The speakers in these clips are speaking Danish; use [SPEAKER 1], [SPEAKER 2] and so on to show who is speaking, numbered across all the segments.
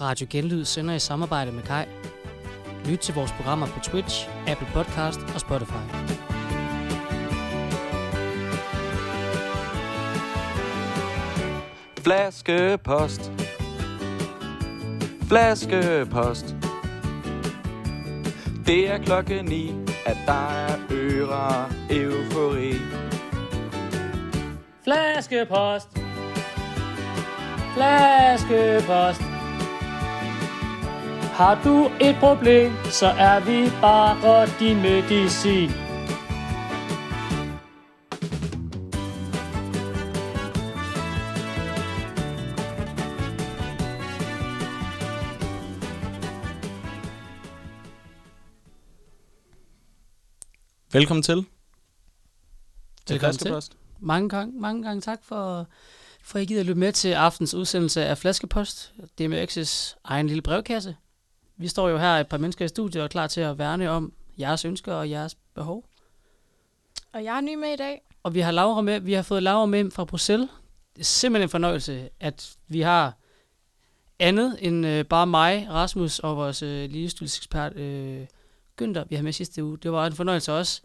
[SPEAKER 1] Radio Genlyd sender i samarbejde med Kai. Lyt til vores programmer på Twitch, Apple Podcast og Spotify.
[SPEAKER 2] Flaskepost. Flaskepost. Det er klokken ni, at der er øre eufori.
[SPEAKER 1] Flaskepost. Flaskepost. Har du et problem, så er vi bare din medicin.
[SPEAKER 2] Velkommen til. Til
[SPEAKER 1] Velkommen til.
[SPEAKER 2] Flaskepost.
[SPEAKER 1] Mange gange, mange gange tak for, for at I gider at lytte med til aftens udsendelse af Flaskepost. Det er med X's egen lille brevkasse. Vi står jo her et par mennesker i studiet og er klar til at værne om jeres ønsker og jeres behov.
[SPEAKER 3] Og jeg er ny med i dag.
[SPEAKER 1] Og vi har Laura med. Vi har fået Laura med fra Bruxelles. Det er simpelthen en fornøjelse, at vi har andet end øh, bare mig, Rasmus og vores øh, ligestillingsekspert øh, Günther, vi har med sidste uge. Det var en fornøjelse også.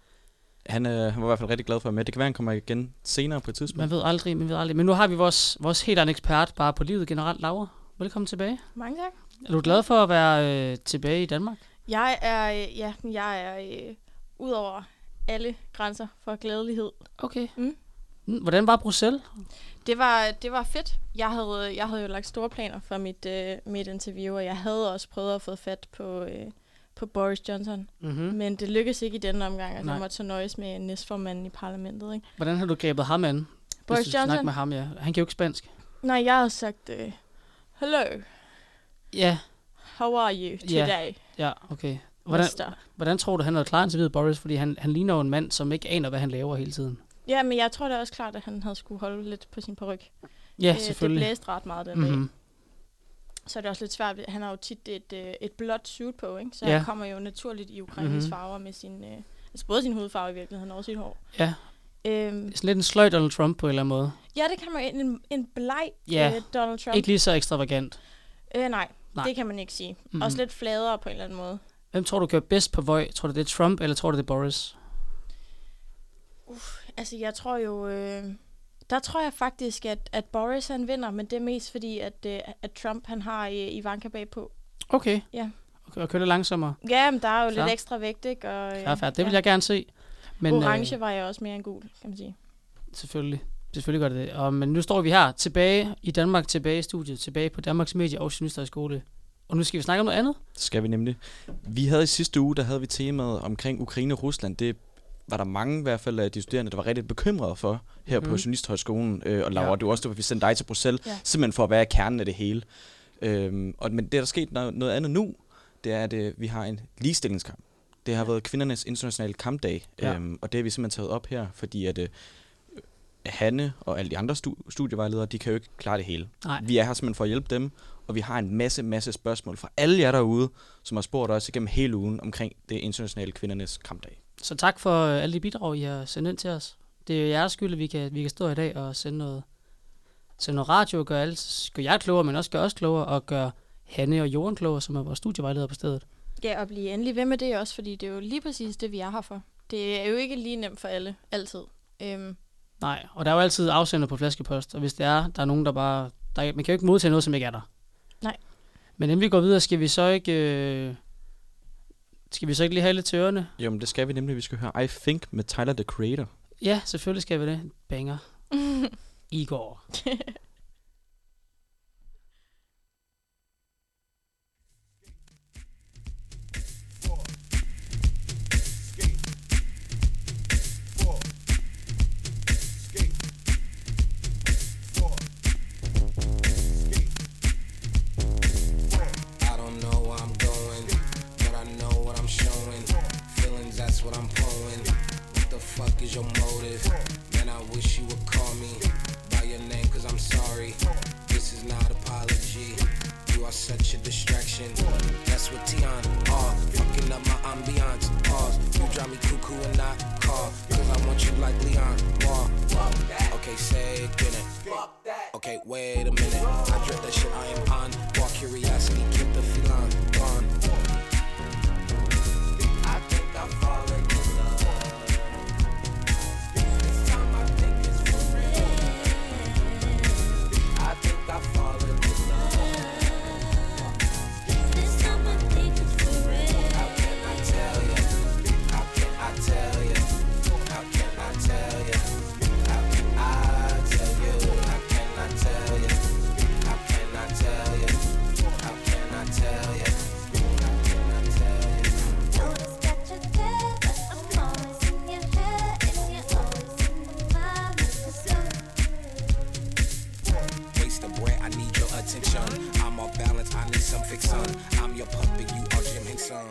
[SPEAKER 2] Han øh, var i hvert fald rigtig glad for at være med. Det kan være, han kommer igen senere på et tidspunkt.
[SPEAKER 1] Man ved aldrig, man ved aldrig. Men nu har vi vores, vores helt egen ekspert bare på livet generelt, Laura. Velkommen tilbage.
[SPEAKER 3] Mange tak.
[SPEAKER 1] Er du glad for at være øh, tilbage i Danmark?
[SPEAKER 3] Jeg er, øh, ja, jeg er øh, ud over alle grænser for glædelighed.
[SPEAKER 1] Okay.
[SPEAKER 3] Mm.
[SPEAKER 1] Mm, Hvordan var Bruxelles?
[SPEAKER 3] Det var, det var fedt. Jeg havde, jeg havde jo lagt store planer for mit, øh, mit interview, og jeg havde også prøvet at få fat på, øh, på Boris Johnson. Mm.
[SPEAKER 1] Mm-hmm.
[SPEAKER 3] Men det lykkedes ikke i denne omgang, og
[SPEAKER 1] Nej.
[SPEAKER 3] jeg måtte så nøjes med næstformanden i parlamentet. Ikke?
[SPEAKER 1] Hvordan har du grebet ham an?
[SPEAKER 3] Boris
[SPEAKER 1] Hvis du skal snakke
[SPEAKER 3] Johnson?
[SPEAKER 1] med ham, ja. Han kan jo ikke spansk.
[SPEAKER 3] Nej, jeg havde sagt, øh, hello,
[SPEAKER 1] Ja,
[SPEAKER 3] how are you
[SPEAKER 1] Ja.
[SPEAKER 3] today,
[SPEAKER 1] ja, okay. Hvordan,
[SPEAKER 3] yeah.
[SPEAKER 1] Hvordan tror du, han havde klaret interviewet Boris? Fordi han, han ligner jo en mand, som ikke aner, hvad han laver hele tiden.
[SPEAKER 3] Ja, men jeg tror da også klart, at han havde skulle holde lidt på sin peruk.
[SPEAKER 1] Ja,
[SPEAKER 3] Øh, Det
[SPEAKER 1] selvfølgelig.
[SPEAKER 3] blæste ret meget den dag.
[SPEAKER 1] Mm-hmm.
[SPEAKER 3] så er det også lidt svært. ved- Han har jo tit et, øh, et blåt suit på, ikke? så
[SPEAKER 1] Ja.
[SPEAKER 3] ja. han kommer jo naturligt i Ukraines
[SPEAKER 1] Mhm.
[SPEAKER 3] mm-hmm. farver med sin... Øh, altså både sin hudfarve i virkeligheden og også sit hår.
[SPEAKER 1] Ja.
[SPEAKER 3] Øhm,
[SPEAKER 1] Sådan lidt en sløj Donald Trump på en eller anden måde.
[SPEAKER 3] ja, det kan man en, en bleg
[SPEAKER 1] Ja.
[SPEAKER 3] øh, Donald Trump.
[SPEAKER 1] Ikke lige så ekstravagant.
[SPEAKER 3] øh, nej,
[SPEAKER 1] Nej.
[SPEAKER 3] nej, det kan man ikke sige.
[SPEAKER 1] Mhm.
[SPEAKER 3] Mm-hmm. Også lidt fladere på en eller anden måde.
[SPEAKER 1] Hvem tror du kører bedst på Vøj? Tror du, det er Trump, eller tror du, det er Boris?
[SPEAKER 3] Altså jeg tror jo... Øh, der tror jeg faktisk, at, at Boris han vinder, men det er mest fordi, at, øh, at Trump han har øh, Ivanka bagpå.
[SPEAKER 1] Okay.
[SPEAKER 3] Ja.
[SPEAKER 1] Okay, og kører lidt langsommere.
[SPEAKER 3] Ja, men der er jo
[SPEAKER 1] Klar.
[SPEAKER 3] lidt ekstra vægt, ikke? Og, øh,
[SPEAKER 1] Ja, fair. Det vil jeg gerne se. Men,
[SPEAKER 3] Orange var jeg også mere end gul, kan man sige.
[SPEAKER 1] Øh, selvfølgelig. Selvfølgelig gør det det. Og, men nu står vi her tilbage i Danmark, tilbage i studiet, tilbage på Danmarks Medie og Journalisterhøjskole. Og nu skal vi snakke om noget andet.
[SPEAKER 2] Det skal vi nemlig. Vi havde i sidste uge, der havde vi temaet omkring Ukraine og Rusland. Det var der mange i hvert fald af de studerende, der var rigtig bekymrede for her mm. på
[SPEAKER 1] Mhm.
[SPEAKER 2] Journalisthøjskolen. Øh, og Laura,
[SPEAKER 1] Ja.
[SPEAKER 2] ja. det var også derfor, vi sendte dig til Bruxelles, ja.
[SPEAKER 3] Ja.
[SPEAKER 2] simpelthen for at være i kernen af det hele. Øhm, og, men det, der er sket noget, noget andet nu, det er, at øh, vi har en ligestillingskamp. Det har ja. været kvindernes internationale kampdag,
[SPEAKER 1] Ja.
[SPEAKER 2] ja. øhm, og det har vi simpelthen taget op her, fordi at øh, Hanne og alle de andre stu- studievejledere, de kan jo ikke klare det hele.
[SPEAKER 1] Nej.
[SPEAKER 2] Vi er her simpelthen for at hjælpe dem, og vi har en masse, masse spørgsmål fra alle jer derude, som har spurgt os igennem hele ugen omkring det internationale kvindernes kampdag.
[SPEAKER 1] Så tak for øh, alle de bidrag, I har sendt ind til os. Det er jo jeres skyld, at vi kan, vi kan stå i dag og sende noget, sende noget radio og gøre, alle, gøre jer klogere, men også gøre os klogere og gøre Hanne og Jorden klogere, som er vores studievejleder på stedet.
[SPEAKER 3] Ja, og blive endelig ved med det også, fordi det er jo lige præcis det, vi er her for. Det er jo ikke lige nemt for alle, altid. Øhm,
[SPEAKER 1] Nej, og der er jo altid afsender på flaskepost, og hvis det er, der er nogen, der bare... Der, man kan jo ikke modtage noget, som ikke er der.
[SPEAKER 3] Nej.
[SPEAKER 1] Men inden vi går videre, skal vi så ikke... Øh, skal vi så ikke lige have lidt til ørerne?
[SPEAKER 2] Jo, men det skal vi nemlig. Vi skal høre I Think med Tyler, the Creator.
[SPEAKER 1] Ja, selvfølgelig skal vi det. Banger. I går.
[SPEAKER 4] I don't know where I'm going, but I know what I'm showing. Feelings, that's what I'm pulling. What the fuck is your motive? Man, I wish you would call me by your name, cause I'm sorry. This is not apology. You are such a distraction. That's what Tion are. Fucking Turn up my ambiance, pause. You drive me cuckoo and I call. Cause I want you like Leon. Wall. Okay, say it, get it. Okay, wait a minute. I dread that shit I am on. Walk curiosity, keep the feline gone. I think I'm falling in love. This time I think it's for real. I think I'm falling in love.
[SPEAKER 5] This time I think it's for real.
[SPEAKER 4] How can I tell ya? How can I tell ya? How can I tell ya? How can I tell you? How can I tell ya? How can I tell ya? How can I tell ya? How can I tell ya?
[SPEAKER 5] Always got you there, but I'm always in your head, and you're always in my mind.
[SPEAKER 4] Waste of bread, I need your attention. I'm off balance, I need some fixin'. I'm your puppet, you are Jim Henson.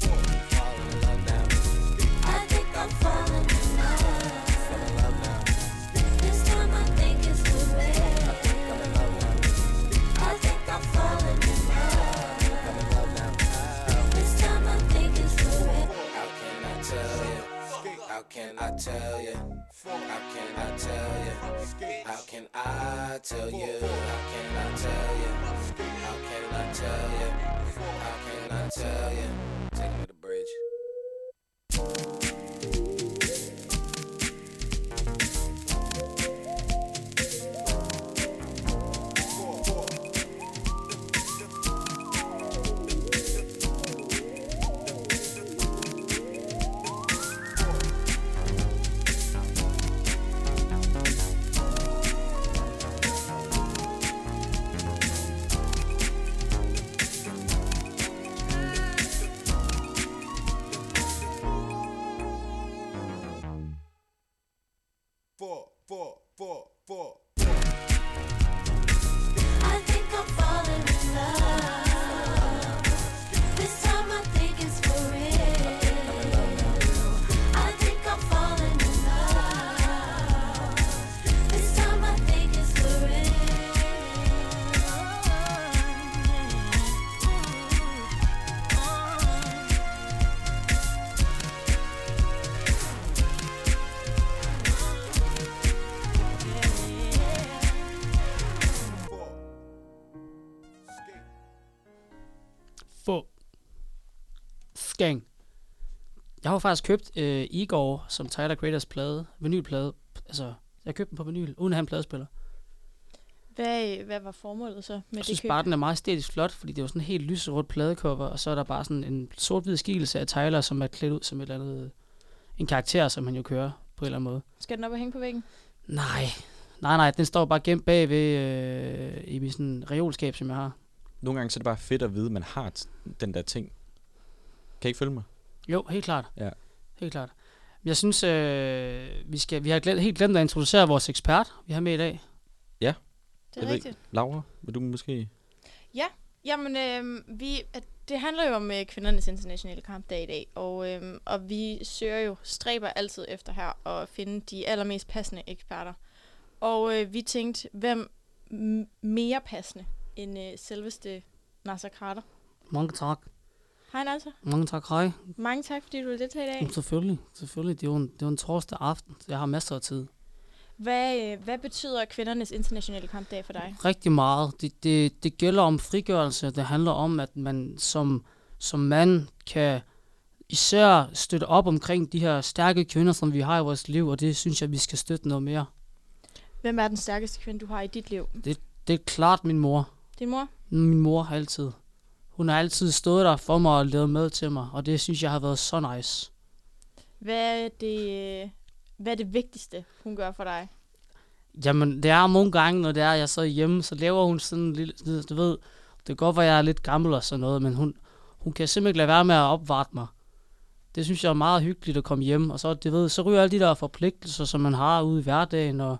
[SPEAKER 4] Fall in love now,
[SPEAKER 5] I think I'm falling in love.
[SPEAKER 4] fall in love now,
[SPEAKER 5] This time I think it's for real.
[SPEAKER 4] fall in love now,
[SPEAKER 5] I think I'm falling in love.
[SPEAKER 4] fall in love now.
[SPEAKER 5] This time I think it's for real.
[SPEAKER 4] How can I tell you? How can I tell you? How can I tell you? How can I tell you? How can I tell you? How can I tell you? How can I tell you? Take me to the bridge.
[SPEAKER 5] I think I'm falling in love. This time I think it's for real. I think I'm falling in love. This time I think it's for real.
[SPEAKER 1] Få. Skang. Jeg har jo faktisk købt øh, Igor som Tyler Creators plade, vinylplade. Altså, jeg købte den på vinyl, uden at have en pladespiller.
[SPEAKER 3] Hvad, hvad var formålet så med
[SPEAKER 1] Jeg
[SPEAKER 3] det
[SPEAKER 1] synes
[SPEAKER 3] køb?
[SPEAKER 1] bare, den er meget æstetisk flot, fordi det er jo sådan en helt lyserødt pladecover, og så er der bare sådan en sort-hvid skikkelse af Tyler, som er klædt ud som et eller andet... En karakter, som han jo kører på en eller anden måde.
[SPEAKER 3] Skal den op og hænge på væggen?
[SPEAKER 1] Nej, nej, nej, den står bare gemt bag ved øh, i min sådan reolskab, som jeg har.
[SPEAKER 2] Nogle gange så er det bare fedt at vide, at man har t- den der ting. Kan I ikke følge mig?
[SPEAKER 1] Jo, helt klart.
[SPEAKER 2] Ja.
[SPEAKER 1] Helt klart. Men Jeg synes, øh, vi, skal, vi har glemt, helt glemt at introducere vores ekspert, vi har med i dag.
[SPEAKER 3] Det
[SPEAKER 2] Jeg ved
[SPEAKER 3] er rigtigt.
[SPEAKER 2] Laura, vil du måske...
[SPEAKER 3] Jamen, øh, vi, at det handler jo om øh, kvindernes internationale kampdag i dag, og, øh, og vi søger jo, stræber altid efter her at finde de allermest passende eksperter. Og øh, vi tænkte, hvem m- mere passende end øh, selveste Nasser Carter.
[SPEAKER 1] Mange tak.
[SPEAKER 3] Hej Nasser.
[SPEAKER 1] Mange tak, hej.
[SPEAKER 3] Mange tak, fordi du vil deltage i dag.
[SPEAKER 1] Jamen, selvfølgelig, selvfølgelig. Det er, jo en, det er jo en torsdag aften, så jeg har masser af tid.
[SPEAKER 3] Hvad, øh, hvad betyder kvindernes internationale kampdag for dig?
[SPEAKER 1] Rigtig meget. Det, det, det gælder om frigørelse. Det handler om, at man som, som mand kan især støtte op omkring de her stærke kvinder, som vi har i vores liv, og det synes jeg, vi skal støtte noget mere.
[SPEAKER 3] Hvem er den stærkeste kvinde, du har i dit liv?
[SPEAKER 1] Det er klart min mor.
[SPEAKER 3] Din mor?
[SPEAKER 1] Min mor har altid. Hun har altid stået der for mig og lavet med til mig, og det synes jeg har været så nice.
[SPEAKER 3] Hvad er det, øh, hvad er det vigtigste, hun gør for dig?
[SPEAKER 1] Jamen, det er nogle gange, når det er, jeg så er hjemme, så laver hun sådan en lille, du ved, det kan godt være, jeg er lidt gammel og sådan noget, men hun, hun kan simpelthen ikke lade være med at opvarte mig. Det synes jeg er meget hyggeligt at komme hjem, og så, det ved, så ryger alle de der forpligtelser, som man har ude i hverdagen, og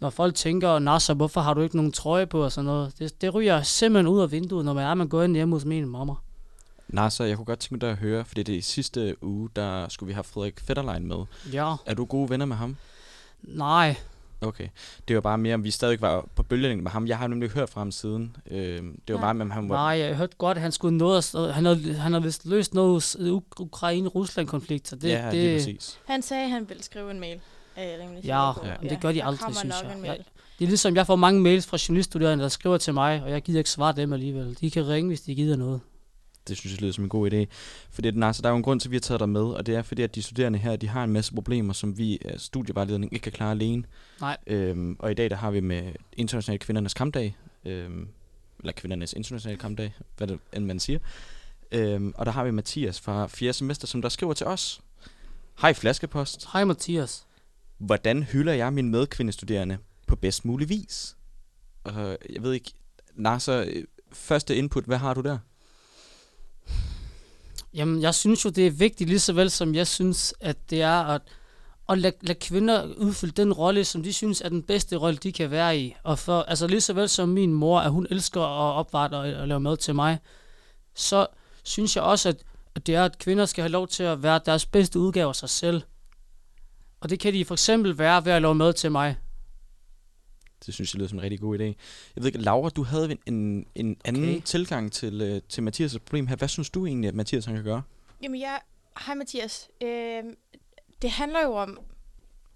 [SPEAKER 1] når folk tænker, Nasser, hvorfor har du ikke nogen trøje på og sådan noget, det, det ryger simpelthen ud af vinduet, når man er, man går ind hjemme hos min mamma.
[SPEAKER 2] Nej, så jeg kunne godt tænke mig dig at høre, fordi det er sidste uge, der skulle vi have Frederik Fetterlein med.
[SPEAKER 1] Ja.
[SPEAKER 2] Er du gode venner med ham?
[SPEAKER 1] Nej,
[SPEAKER 2] Okay. Det var bare mere, om vi stadig var på bølgelængde med ham. Jeg har nemlig ikke hørt fra ham siden. Øh, det var
[SPEAKER 1] Nej.
[SPEAKER 2] bare, om han var...
[SPEAKER 1] Nej, jeg hørte godt, at han skulle noget, afsted. han havde, han havde vist løst noget Uk- Ukraine-Rusland-konflikt, så det,
[SPEAKER 2] ja, lige
[SPEAKER 1] det,
[SPEAKER 2] præcis.
[SPEAKER 3] Han sagde, at han ville skrive en mail. Øh, rimelig
[SPEAKER 1] Ja,
[SPEAKER 3] sikker på.
[SPEAKER 2] ja.
[SPEAKER 1] men det gør de
[SPEAKER 3] der
[SPEAKER 1] aldrig,
[SPEAKER 3] kommer
[SPEAKER 1] synes
[SPEAKER 3] nok
[SPEAKER 1] jeg.
[SPEAKER 3] en
[SPEAKER 1] Jeg-
[SPEAKER 3] mail.
[SPEAKER 1] det er ligesom, jeg får mange mails fra journaliststuderende, der skriver til mig, og jeg gider ikke svare dem alligevel. De kan ringe, hvis de gider noget.
[SPEAKER 2] Det synes jeg lyder som en god idé. Fordi den, altså, der er jo en grund til, at vi har taget dig med, og det er fordi, at de studerende her, de har en masse problemer, som vi af studievejledning ikke kan klare alene.
[SPEAKER 1] Nej.
[SPEAKER 2] Øhm, og i dag, der har vi med International Kvindernes Kampdag, øhm, eller Kvindernes Internationale Kampdag, hvad det end man siger. Øhm, og der har vi Mathias fra 4. semester, som der skriver til os. Hej Flaskepost.
[SPEAKER 1] Hej Mathias.
[SPEAKER 2] Hvordan hylder jeg mine medkvindestuderende på bedst mulig vis? Og øh, jeg ved ikke, Nasser, øh, første input, hvad har du der?
[SPEAKER 1] Jamen, jeg synes jo, det er vigtigt, lige så vel som jeg synes, at det er at, at lade, lade kvinder udfylde den rolle, som de synes er den bedste rolle, de kan være i. Og for, altså lige så vel som min mor, at hun elsker at opvarte og, og lave mad til mig, så synes jeg også, at, at det er, at kvinder skal have lov til at være deres bedste udgave af sig selv. Og det kan de for eksempel være ved at lave mad til mig.
[SPEAKER 2] Det synes jeg lyder som en rigtig god idé. Jeg ved ikke, Laura, du havde en- en, en anden
[SPEAKER 1] Okay.
[SPEAKER 2] tilgang til, øh, til Mathias' problem her. Hvad synes du egentlig, at Mathias han kan gøre?
[SPEAKER 3] Jamen, jeg... Hej, Mathias. Øh, det handler jo om,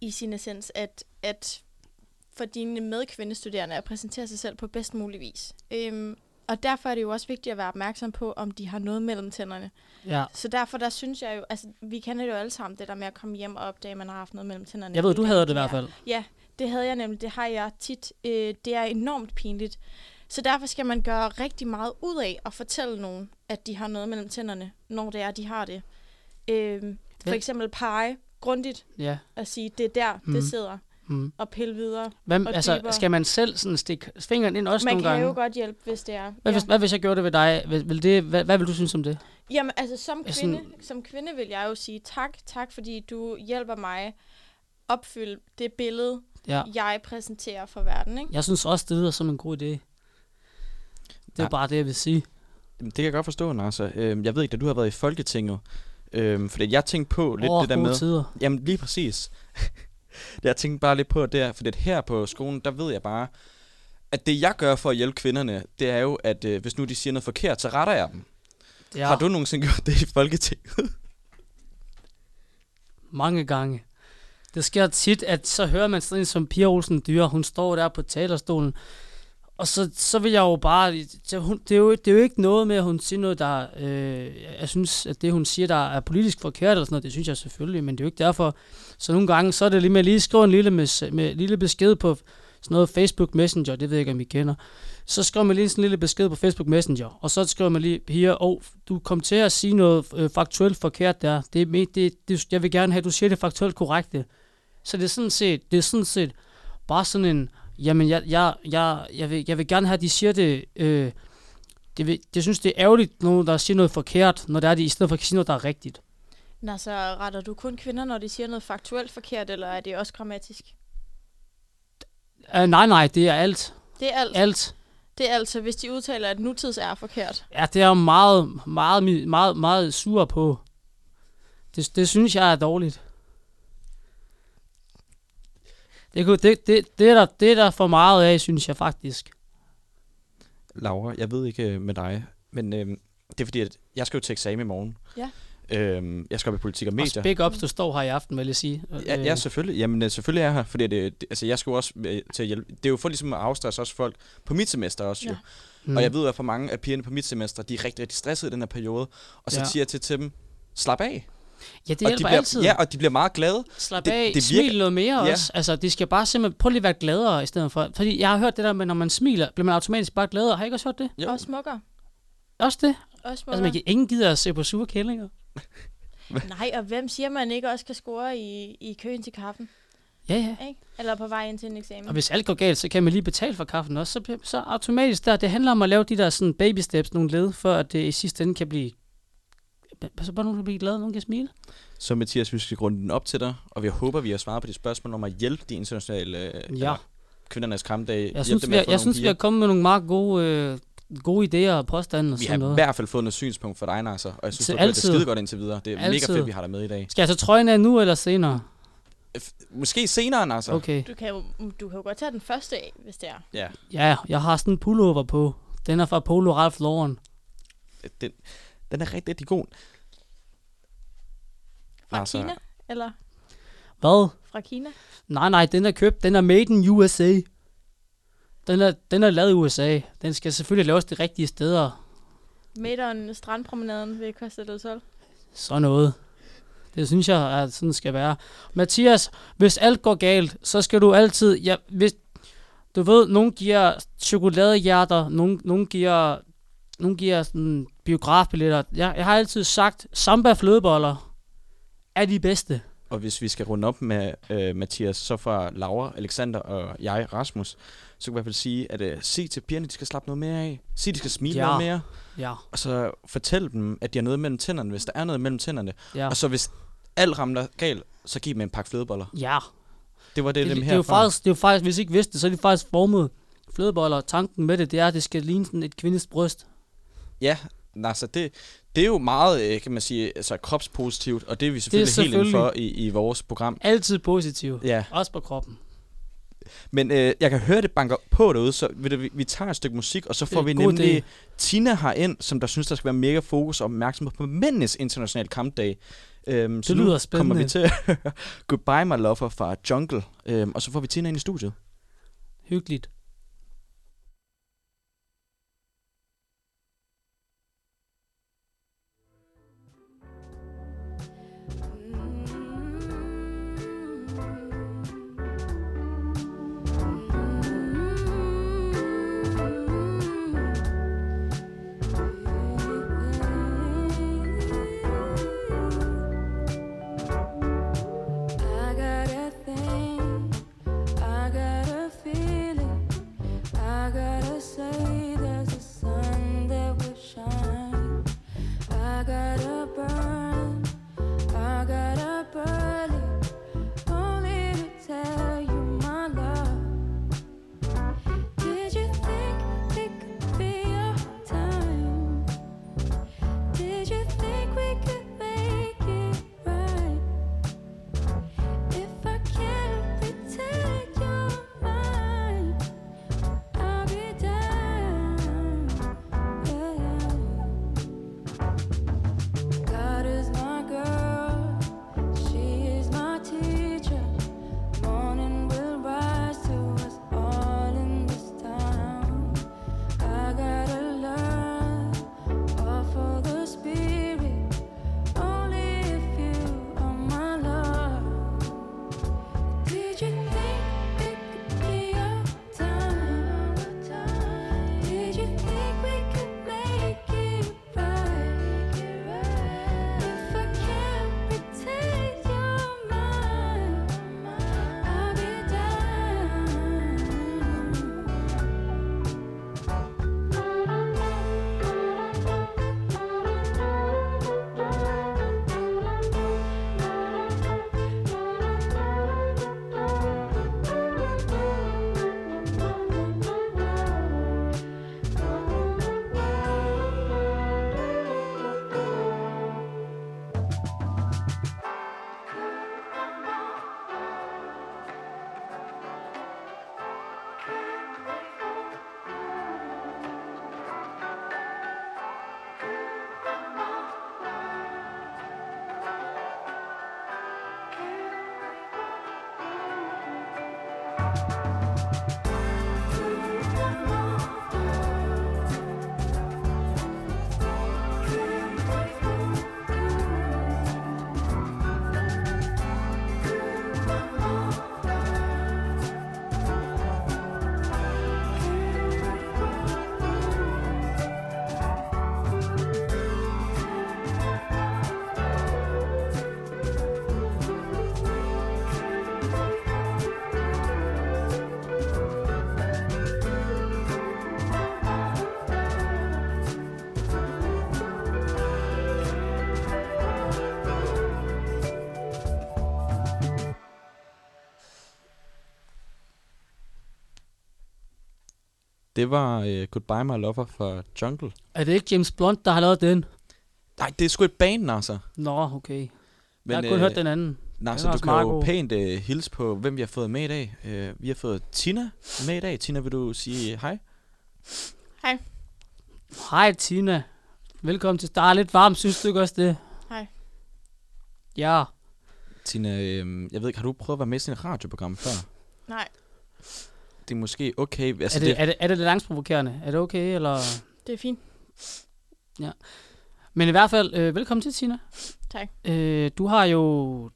[SPEAKER 3] i sin essens, at, at for dine medkvindestuderende at præsentere sig selv på bedst mulig vis. Øhm, og derfor er det jo også vigtigt at være opmærksom på, om de har noget mellem tænderne.
[SPEAKER 1] Ja.
[SPEAKER 3] Så derfor, der synes jeg jo, altså vi kender det jo alle sammen, det der med at komme hjem og opdage, at man har haft noget mellem tænderne.
[SPEAKER 1] Jeg ved, du
[SPEAKER 3] kan
[SPEAKER 1] havde det
[SPEAKER 3] ikke
[SPEAKER 1] i hvert
[SPEAKER 3] lære.
[SPEAKER 1] fald.
[SPEAKER 3] Ja, det havde jeg nemlig. Det har jeg tit. Øh, det er enormt pinligt. Så derfor skal man gøre rigtig meget ud af at fortælle nogen, at de har noget mellem tænderne, når det er, de har det. Øh, for
[SPEAKER 1] Ja.
[SPEAKER 3] eksempel pege grundigt
[SPEAKER 1] Ja.
[SPEAKER 3] og sige, det er der, mm.
[SPEAKER 1] Mm.
[SPEAKER 3] det sidder,
[SPEAKER 1] Mm.
[SPEAKER 3] og pille videre.
[SPEAKER 1] Hvem,
[SPEAKER 3] Og
[SPEAKER 1] altså,
[SPEAKER 3] dybere.
[SPEAKER 1] skal man selv sådan stikke fingeren ind også
[SPEAKER 3] man
[SPEAKER 1] nogle
[SPEAKER 3] kan
[SPEAKER 1] gange?
[SPEAKER 3] jo godt hjælpe, hvis det er.
[SPEAKER 1] Hvad, hvis, hvad hvis jeg gjorde det ved dig? Vil, vil det, hvad, hvad vil du synes om det?
[SPEAKER 3] Jamen, altså som
[SPEAKER 1] Jeg
[SPEAKER 3] kvinde, sådan... som kvinde vil jeg jo sige tak, tak fordi du hjælper mig opfylde det billede,
[SPEAKER 1] Ja.
[SPEAKER 3] jeg præsenterer for verden. Ikke?
[SPEAKER 1] Jeg synes også, det lyder som en god idé. Det er
[SPEAKER 2] Ja.
[SPEAKER 1] ja. bare det, jeg vil sige.
[SPEAKER 2] Jamen, Det kan jeg godt forstå, Nasser. Øhm, jeg ved ikke, da du har været i Folketinget, øhm, fordi jeg tænkte på lidt
[SPEAKER 1] Åh,
[SPEAKER 2] det der
[SPEAKER 1] gode
[SPEAKER 2] med...
[SPEAKER 1] tider.
[SPEAKER 2] Jamen lige præcis. jeg tænkte bare lidt på det her, for det her på skolen, der ved jeg bare, at det jeg gør for at hjælpe kvinderne, det er jo, at øh, hvis nu de siger noget forkert, så retter jeg dem. Ja.
[SPEAKER 1] Ja,
[SPEAKER 2] Har du nogensinde gjort det i Folketinget?
[SPEAKER 1] mange gange. Det sker tit, at så hører man sådan en som Pia Olsen Dyre, hun står der på talerstolen, og så, så vil jeg jo bare... så hun- Det er jo, det er jo ikke noget med, at hun siger noget, der... Øh, jeg synes, at det, hun siger, der er politisk forkert eller sådan noget, det synes jeg selvfølgelig, men det er jo ikke derfor. Så nogle gange, så er det lige med at lige skrive en lille, mes- med, lille besked på sådan noget Facebook Messenger, det ved jeg ikke, om I kender. Så skriver man lige sådan en lille besked på Facebook Messenger, og så skriver man lige, Pia, oh, du kom til at sige noget øh, faktuelt forkert der. Det, er me- det, det, jeg vil gerne have, at du siger det faktuelt korrekte. Så det er sådan set, det er sådan set bare sådan en, jamen, jeg, jeg, jeg, jeg, vil, jeg vil gerne have, at de siger det, øh, det, vil, det synes, det er ærgerligt, når der siger noget forkert, når det er det, i stedet for at sige noget, der er rigtigt.
[SPEAKER 3] Nå, så retter du kun kvinder, når de siger noget faktuelt forkert, eller er det også grammatisk?
[SPEAKER 1] Uh, nej, nej, det er alt.
[SPEAKER 3] Det er alt.
[SPEAKER 1] Alt.
[SPEAKER 3] Det er altså, hvis de udtaler, at nutids er forkert.
[SPEAKER 1] Ja, det er jeg meget, meget, meget, meget, meget sur på. Det, det synes jeg er dårligt. Det, kunne, det, det, det, er der, det er der for meget af, synes jeg faktisk.
[SPEAKER 2] Laura, jeg ved ikke øh, med dig, men øhm, det er fordi, at jeg skal jo til eksamen i morgen.
[SPEAKER 3] Ja.
[SPEAKER 2] Øhm, jeg skal op i politik og
[SPEAKER 1] Medier.
[SPEAKER 2] medier.
[SPEAKER 1] Og Big Ups, du står her i aften, vil jeg sige.
[SPEAKER 2] Ja, ja, selvfølgelig. Jamen, øh, selvfølgelig er jeg her, fordi det, det- altså, jeg skal jo også øh, til at hjælpe. Det er jo for ligesom at afstresse også folk på mit semester også, jo.
[SPEAKER 3] Ja.
[SPEAKER 2] Mm. Og jeg ved, at for mange af pigerne på mit semester, de er rigtig, rigtig stressede i den her periode. Og så
[SPEAKER 1] Ja.
[SPEAKER 2] ja. siger jeg til, til dem, slap af.
[SPEAKER 1] ja, det
[SPEAKER 2] og de
[SPEAKER 1] hjælper
[SPEAKER 2] bliver,
[SPEAKER 1] altid.
[SPEAKER 2] Ja, og de bliver meget glade.
[SPEAKER 1] Slap
[SPEAKER 2] det-
[SPEAKER 1] af,
[SPEAKER 2] det virker-
[SPEAKER 1] smil noget mere
[SPEAKER 2] Ja.
[SPEAKER 1] ja. også. Altså, de skal bare simpelthen... Prøv lige at være gladere i stedet for. Fordi jeg har hørt det der med, når man smiler, bliver man automatisk bare gladere. Har I ikke også hørt det?
[SPEAKER 2] Jo.
[SPEAKER 3] Jo. Og smukker.
[SPEAKER 1] Også det?
[SPEAKER 3] Og smukker.
[SPEAKER 1] Altså, man kan ingen gider at se på sure kællinger.
[SPEAKER 3] Nej, og hvem siger, man ikke også kan score i, i køen til kaffen?
[SPEAKER 1] Ja, ja.
[SPEAKER 3] Ikke? Eller på vej ind til en
[SPEAKER 1] Og
[SPEAKER 3] eksamen.
[SPEAKER 1] hvis alt går galt, så kan man lige betale for kaffen også. Så, bliver- så automatisk der, det handler om at lave de der sådan baby steps, nogle led, for at det i sidste ende kan blive... Så bare nogen kan blive glade, nogen kan smile.
[SPEAKER 2] Så Mathias, vi skal grunde den op til dig, og vi håber, vi har svaret på de spørgsmål om at hjælpe de internationale øh, eller kvindernes kampdag.
[SPEAKER 1] Jeg
[SPEAKER 2] Hjælp
[SPEAKER 1] synes,
[SPEAKER 2] dem
[SPEAKER 1] vi
[SPEAKER 2] med
[SPEAKER 1] har,
[SPEAKER 2] at få
[SPEAKER 1] jeg
[SPEAKER 2] nogle
[SPEAKER 1] synes, vi har
[SPEAKER 2] piger.
[SPEAKER 1] kommet med nogle meget gode, øh, gode idéer og påstande og
[SPEAKER 2] vi
[SPEAKER 1] sådan
[SPEAKER 2] har i
[SPEAKER 1] noget.
[SPEAKER 2] hvert fald fået noget synspunkt for dig, Nasser, og jeg synes,
[SPEAKER 1] Til
[SPEAKER 2] du har gjort det
[SPEAKER 1] altid.
[SPEAKER 2] skide godt indtil videre. Det er mega
[SPEAKER 1] Altid.
[SPEAKER 2] fedt, vi har dig med i dag.
[SPEAKER 1] Skal jeg tage trøjen af nu eller senere?
[SPEAKER 2] f- måske senere, Nasser.
[SPEAKER 1] Okay.
[SPEAKER 3] Du kan, jo, du kan jo godt tage den første af, hvis det er.
[SPEAKER 2] Ja,
[SPEAKER 1] Ja, jeg har sådan en pullover på. Den er fra Polo Ralph Lauren.
[SPEAKER 2] den, den er rigtig, rigtig god.
[SPEAKER 3] Fra
[SPEAKER 2] Altså-
[SPEAKER 3] Kina? Eller
[SPEAKER 1] Hvad?
[SPEAKER 3] fra Kina?
[SPEAKER 1] Nej, nej, den er købt. Den er made in USA. Den er, den er lavet i USA. Den skal selvfølgelig laves de rigtige steder.
[SPEAKER 3] Midt on strandpromenaden ved Costa del Sol?
[SPEAKER 1] Sådan noget. Det synes jeg, at sådan skal være. Mathias, hvis alt går galt, så skal du altid... Ja, hvis, du ved, nogen giver chokoladehjerter, nogen, nogen giver, nogen giver sådan biografbilletter. Jeg, jeg har altid sagt, samba flødeboller er de bedste.
[SPEAKER 2] Og hvis vi skal runde op med øh, Mathias, så fra Laura, Alexander og jeg, Rasmus, så kan vi i hvert fald sige, at øh, sig til pigerne, de skal slappe noget mere af. Sig, de skal smile
[SPEAKER 1] Ja.
[SPEAKER 2] noget mere.
[SPEAKER 1] Ja,
[SPEAKER 2] Og så fortæl dem, at de har noget mellem tænderne, hvis der er noget mellem tænderne.
[SPEAKER 1] ja.
[SPEAKER 2] Og så hvis alt ramler galt, så giv dem en pakke flødeboller.
[SPEAKER 1] Ja,
[SPEAKER 2] Det var det,
[SPEAKER 1] det,
[SPEAKER 2] dem
[SPEAKER 1] det,
[SPEAKER 2] her
[SPEAKER 1] er jo faktisk, det er jo faktisk, hvis I ikke vidste det, så er det faktisk formet flødeboller. Tanken med det, det er, at det skal ligne sådan et kvindes bryst.
[SPEAKER 2] Ja, altså det, det er jo meget, øh, kan man sige, altså kropspositivt, og det er vi selvfølgelig, helt
[SPEAKER 1] selvfølgelig-
[SPEAKER 2] indenfor i, i vores program.
[SPEAKER 1] Altid positivt.
[SPEAKER 2] Ja,
[SPEAKER 1] Også på kroppen.
[SPEAKER 2] men øh, jeg kan høre, det banker på derude, så ved du, vi, vi tager et stykke musik, og så
[SPEAKER 1] Det er
[SPEAKER 2] får vi
[SPEAKER 1] en god
[SPEAKER 2] nemlig
[SPEAKER 1] idé.
[SPEAKER 2] Tina herind, som der synes, der skal være mega fokus og opmærksomhed på mændenes internationale kampdag. Øhm, det så nu
[SPEAKER 1] lyder spændende.
[SPEAKER 2] kommer vi til at høre Goodbye My Lover fra Jungle, øhm, og så får vi Tina ind i studiet.
[SPEAKER 1] Hyggeligt.
[SPEAKER 6] I got a thing, I got a feeling, I gotta say there's a sun that will shine. I gotta burn, I gotta burn it, only to tell you my love. Did you think it could be your time? Did you think we could make it right? If I can't pretend you're mine, I'll be down. God is my girl, she is my teacher. Morning will rise to us all in this town. I gotta learn off of the spirit. Only if you are my love. Did you think it could be your time? Did you think we could make it right? If I can't pretend you're mine, I'll be down.
[SPEAKER 2] Det var øh, Goodbye My Lover fra Jungle.
[SPEAKER 1] Er det ikke James Blunt, der har lavet den?
[SPEAKER 2] Nej, det er sgu et band, altså.
[SPEAKER 1] Nå, okay. Men, jeg har
[SPEAKER 2] Men,
[SPEAKER 1] kun øh... hørt den anden.
[SPEAKER 2] Nasser,
[SPEAKER 1] var
[SPEAKER 2] du
[SPEAKER 1] også
[SPEAKER 2] kan
[SPEAKER 1] meget
[SPEAKER 2] jo
[SPEAKER 1] god.
[SPEAKER 2] pænt øh, hilse på, hvem vi har fået med i dag. Øh, vi har fået Tina med i dag. Tina, vil du sige hej?
[SPEAKER 1] Hej Tina. Velkommen til. Der er lidt varmt, synes du ikke også det?
[SPEAKER 7] Hej.
[SPEAKER 1] Ja.
[SPEAKER 2] Tina, øh, jeg ved ikke, har du prøvet at være med i sådan et radioprogram før?
[SPEAKER 7] Nej,
[SPEAKER 2] Det er måske okay.
[SPEAKER 1] Altså
[SPEAKER 2] Altså,
[SPEAKER 1] er, det, det... Er, det, er det lidt angstprovokerende? Er det okay, eller...
[SPEAKER 7] det er fint.
[SPEAKER 1] Men i hvert fald, øh, velkommen til, Tina.
[SPEAKER 7] Tak.
[SPEAKER 1] Øh, du har jo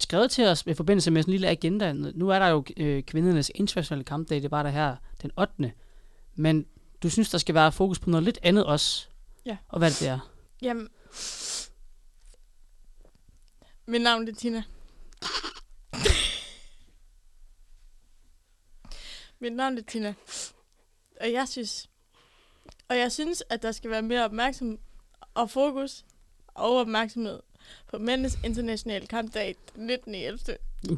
[SPEAKER 1] skrevet til os i forbindelse med sådan en lille agenda. Nu er der jo øh, kvindernes internationale kampdag, det var der her den 8. Men du synes, der skal være fokus på noget lidt andet også.
[SPEAKER 7] Ja.
[SPEAKER 1] Og hvad det er.
[SPEAKER 7] Jamen. Mit navn er Tina. Mit navn er Tina. Og jeg synes, og jeg synes, at der skal være mere opmærksom og fokus og opmærksomhed på mændenes internationale kampdag den 19. 11.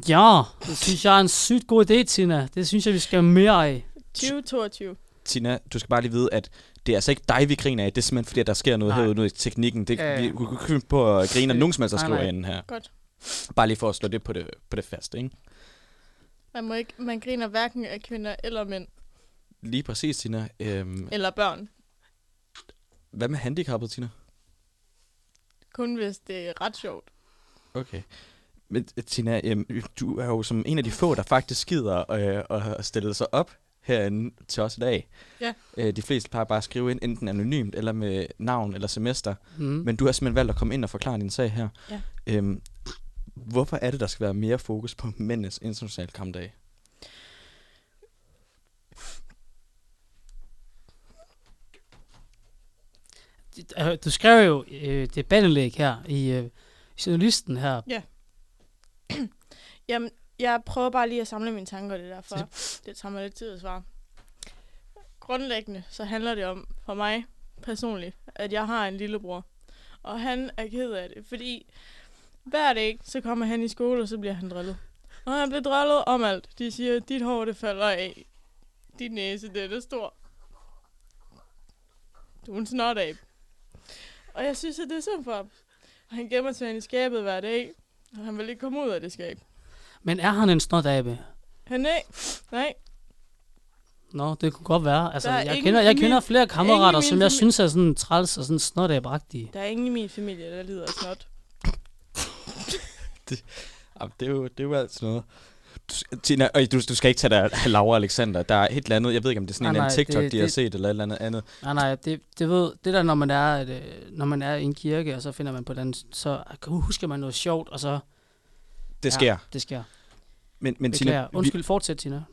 [SPEAKER 1] Ja, det synes jeg er en sygt god idé, Tina. Det synes jeg, vi skal have mere af.
[SPEAKER 7] 2022.
[SPEAKER 2] Tina, du skal bare lige vide, at det er altså ikke dig, vi griner af. Det er simpelthen fordi, at der sker noget
[SPEAKER 1] Nej.
[SPEAKER 2] herude nu i teknikken. Det,
[SPEAKER 1] Ja,
[SPEAKER 2] ja,
[SPEAKER 1] ja.
[SPEAKER 2] Vi vi kunne ikke finde på at grine af
[SPEAKER 1] Øh,
[SPEAKER 2] nogen som helst, der
[SPEAKER 1] nej,
[SPEAKER 2] skriver
[SPEAKER 1] nej.
[SPEAKER 2] ind her.
[SPEAKER 7] Godt.
[SPEAKER 2] Bare lige for at slå det på det, på det fast, ikke?
[SPEAKER 7] Man, må ikke, man griner hverken af kvinder eller mænd
[SPEAKER 2] Lige præcis, Tina. Øhm,
[SPEAKER 7] eller børn.
[SPEAKER 2] hvad med handicappet, Tina?
[SPEAKER 7] Kun hvis det er ret sjovt.
[SPEAKER 2] Okay. Men øh, Tina, øhm, du er jo som en af de få, der faktisk gider øh, at have stillet sig op herinde til os i dag.
[SPEAKER 7] Ja.
[SPEAKER 2] Øh, de fleste plejer bare at skrive ind, enten anonymt eller med navn eller semester.
[SPEAKER 1] Mm.
[SPEAKER 2] Men du har simpelthen valgt at komme ind og forklare din sag her.
[SPEAKER 7] Ja.
[SPEAKER 2] Øhm, hvorfor er det, der skal være mere fokus på mændenes internationale kampdag?
[SPEAKER 1] Øh, Du skrev jo øh, det bandlæg her i øh, journalisten her.
[SPEAKER 7] Jamen, jeg prøver bare lige at samle mine tanker, det derfor. Det tager mig lidt tid at svare. Grundlæggende så handler det om, for mig personligt, at jeg har en lillebror. Og han er ked af det, fordi hver dag, så kommer han i skole, og så bliver han drillet. Og han bliver drillet om alt. De siger, dit hår, det falder af. Din næse, den er stor. Du er en snot af. Og jeg synes, at det er synd for ham. Og han gemmer sig ind i skabet hver dag, og han vil ikke komme ud af det skab.
[SPEAKER 1] Men er han en snotabe?
[SPEAKER 7] Han er... Nej,
[SPEAKER 1] Nå, det kunne godt være. Altså,
[SPEAKER 7] Der er
[SPEAKER 1] jeg,
[SPEAKER 7] ingen
[SPEAKER 1] kender, jeg
[SPEAKER 7] i
[SPEAKER 1] kender
[SPEAKER 7] min-
[SPEAKER 1] flere kammerater,
[SPEAKER 7] ingen i
[SPEAKER 1] som
[SPEAKER 7] min
[SPEAKER 1] jeg
[SPEAKER 7] familie-
[SPEAKER 1] synes er sådan træls og sådan snotagbragtige.
[SPEAKER 7] der er ingen i min familie, der lider af snot.
[SPEAKER 2] Jamen, det, er jo, det er jo altid noget. Du, s- Tina, øj, du, du skal ikke tage dig af Laura Alexander. Der er et eller andet, jeg ved ikke, om det er sådan en eller
[SPEAKER 1] Nej,
[SPEAKER 2] anden
[SPEAKER 1] nej,
[SPEAKER 2] TikTok,
[SPEAKER 1] det-
[SPEAKER 2] de har
[SPEAKER 1] det-
[SPEAKER 2] set, eller et eller andet andet.
[SPEAKER 1] Nej, nej, det, det ved, det der, når man er, et, øh, når man er i en kirke, og så finder man på den, så husker man noget sjovt, og så...
[SPEAKER 2] Det sker.
[SPEAKER 1] Ja, det sker.
[SPEAKER 2] Men, men Tina,
[SPEAKER 1] Beklager.
[SPEAKER 2] vi-
[SPEAKER 1] Undskyld, fortsæt, Tina.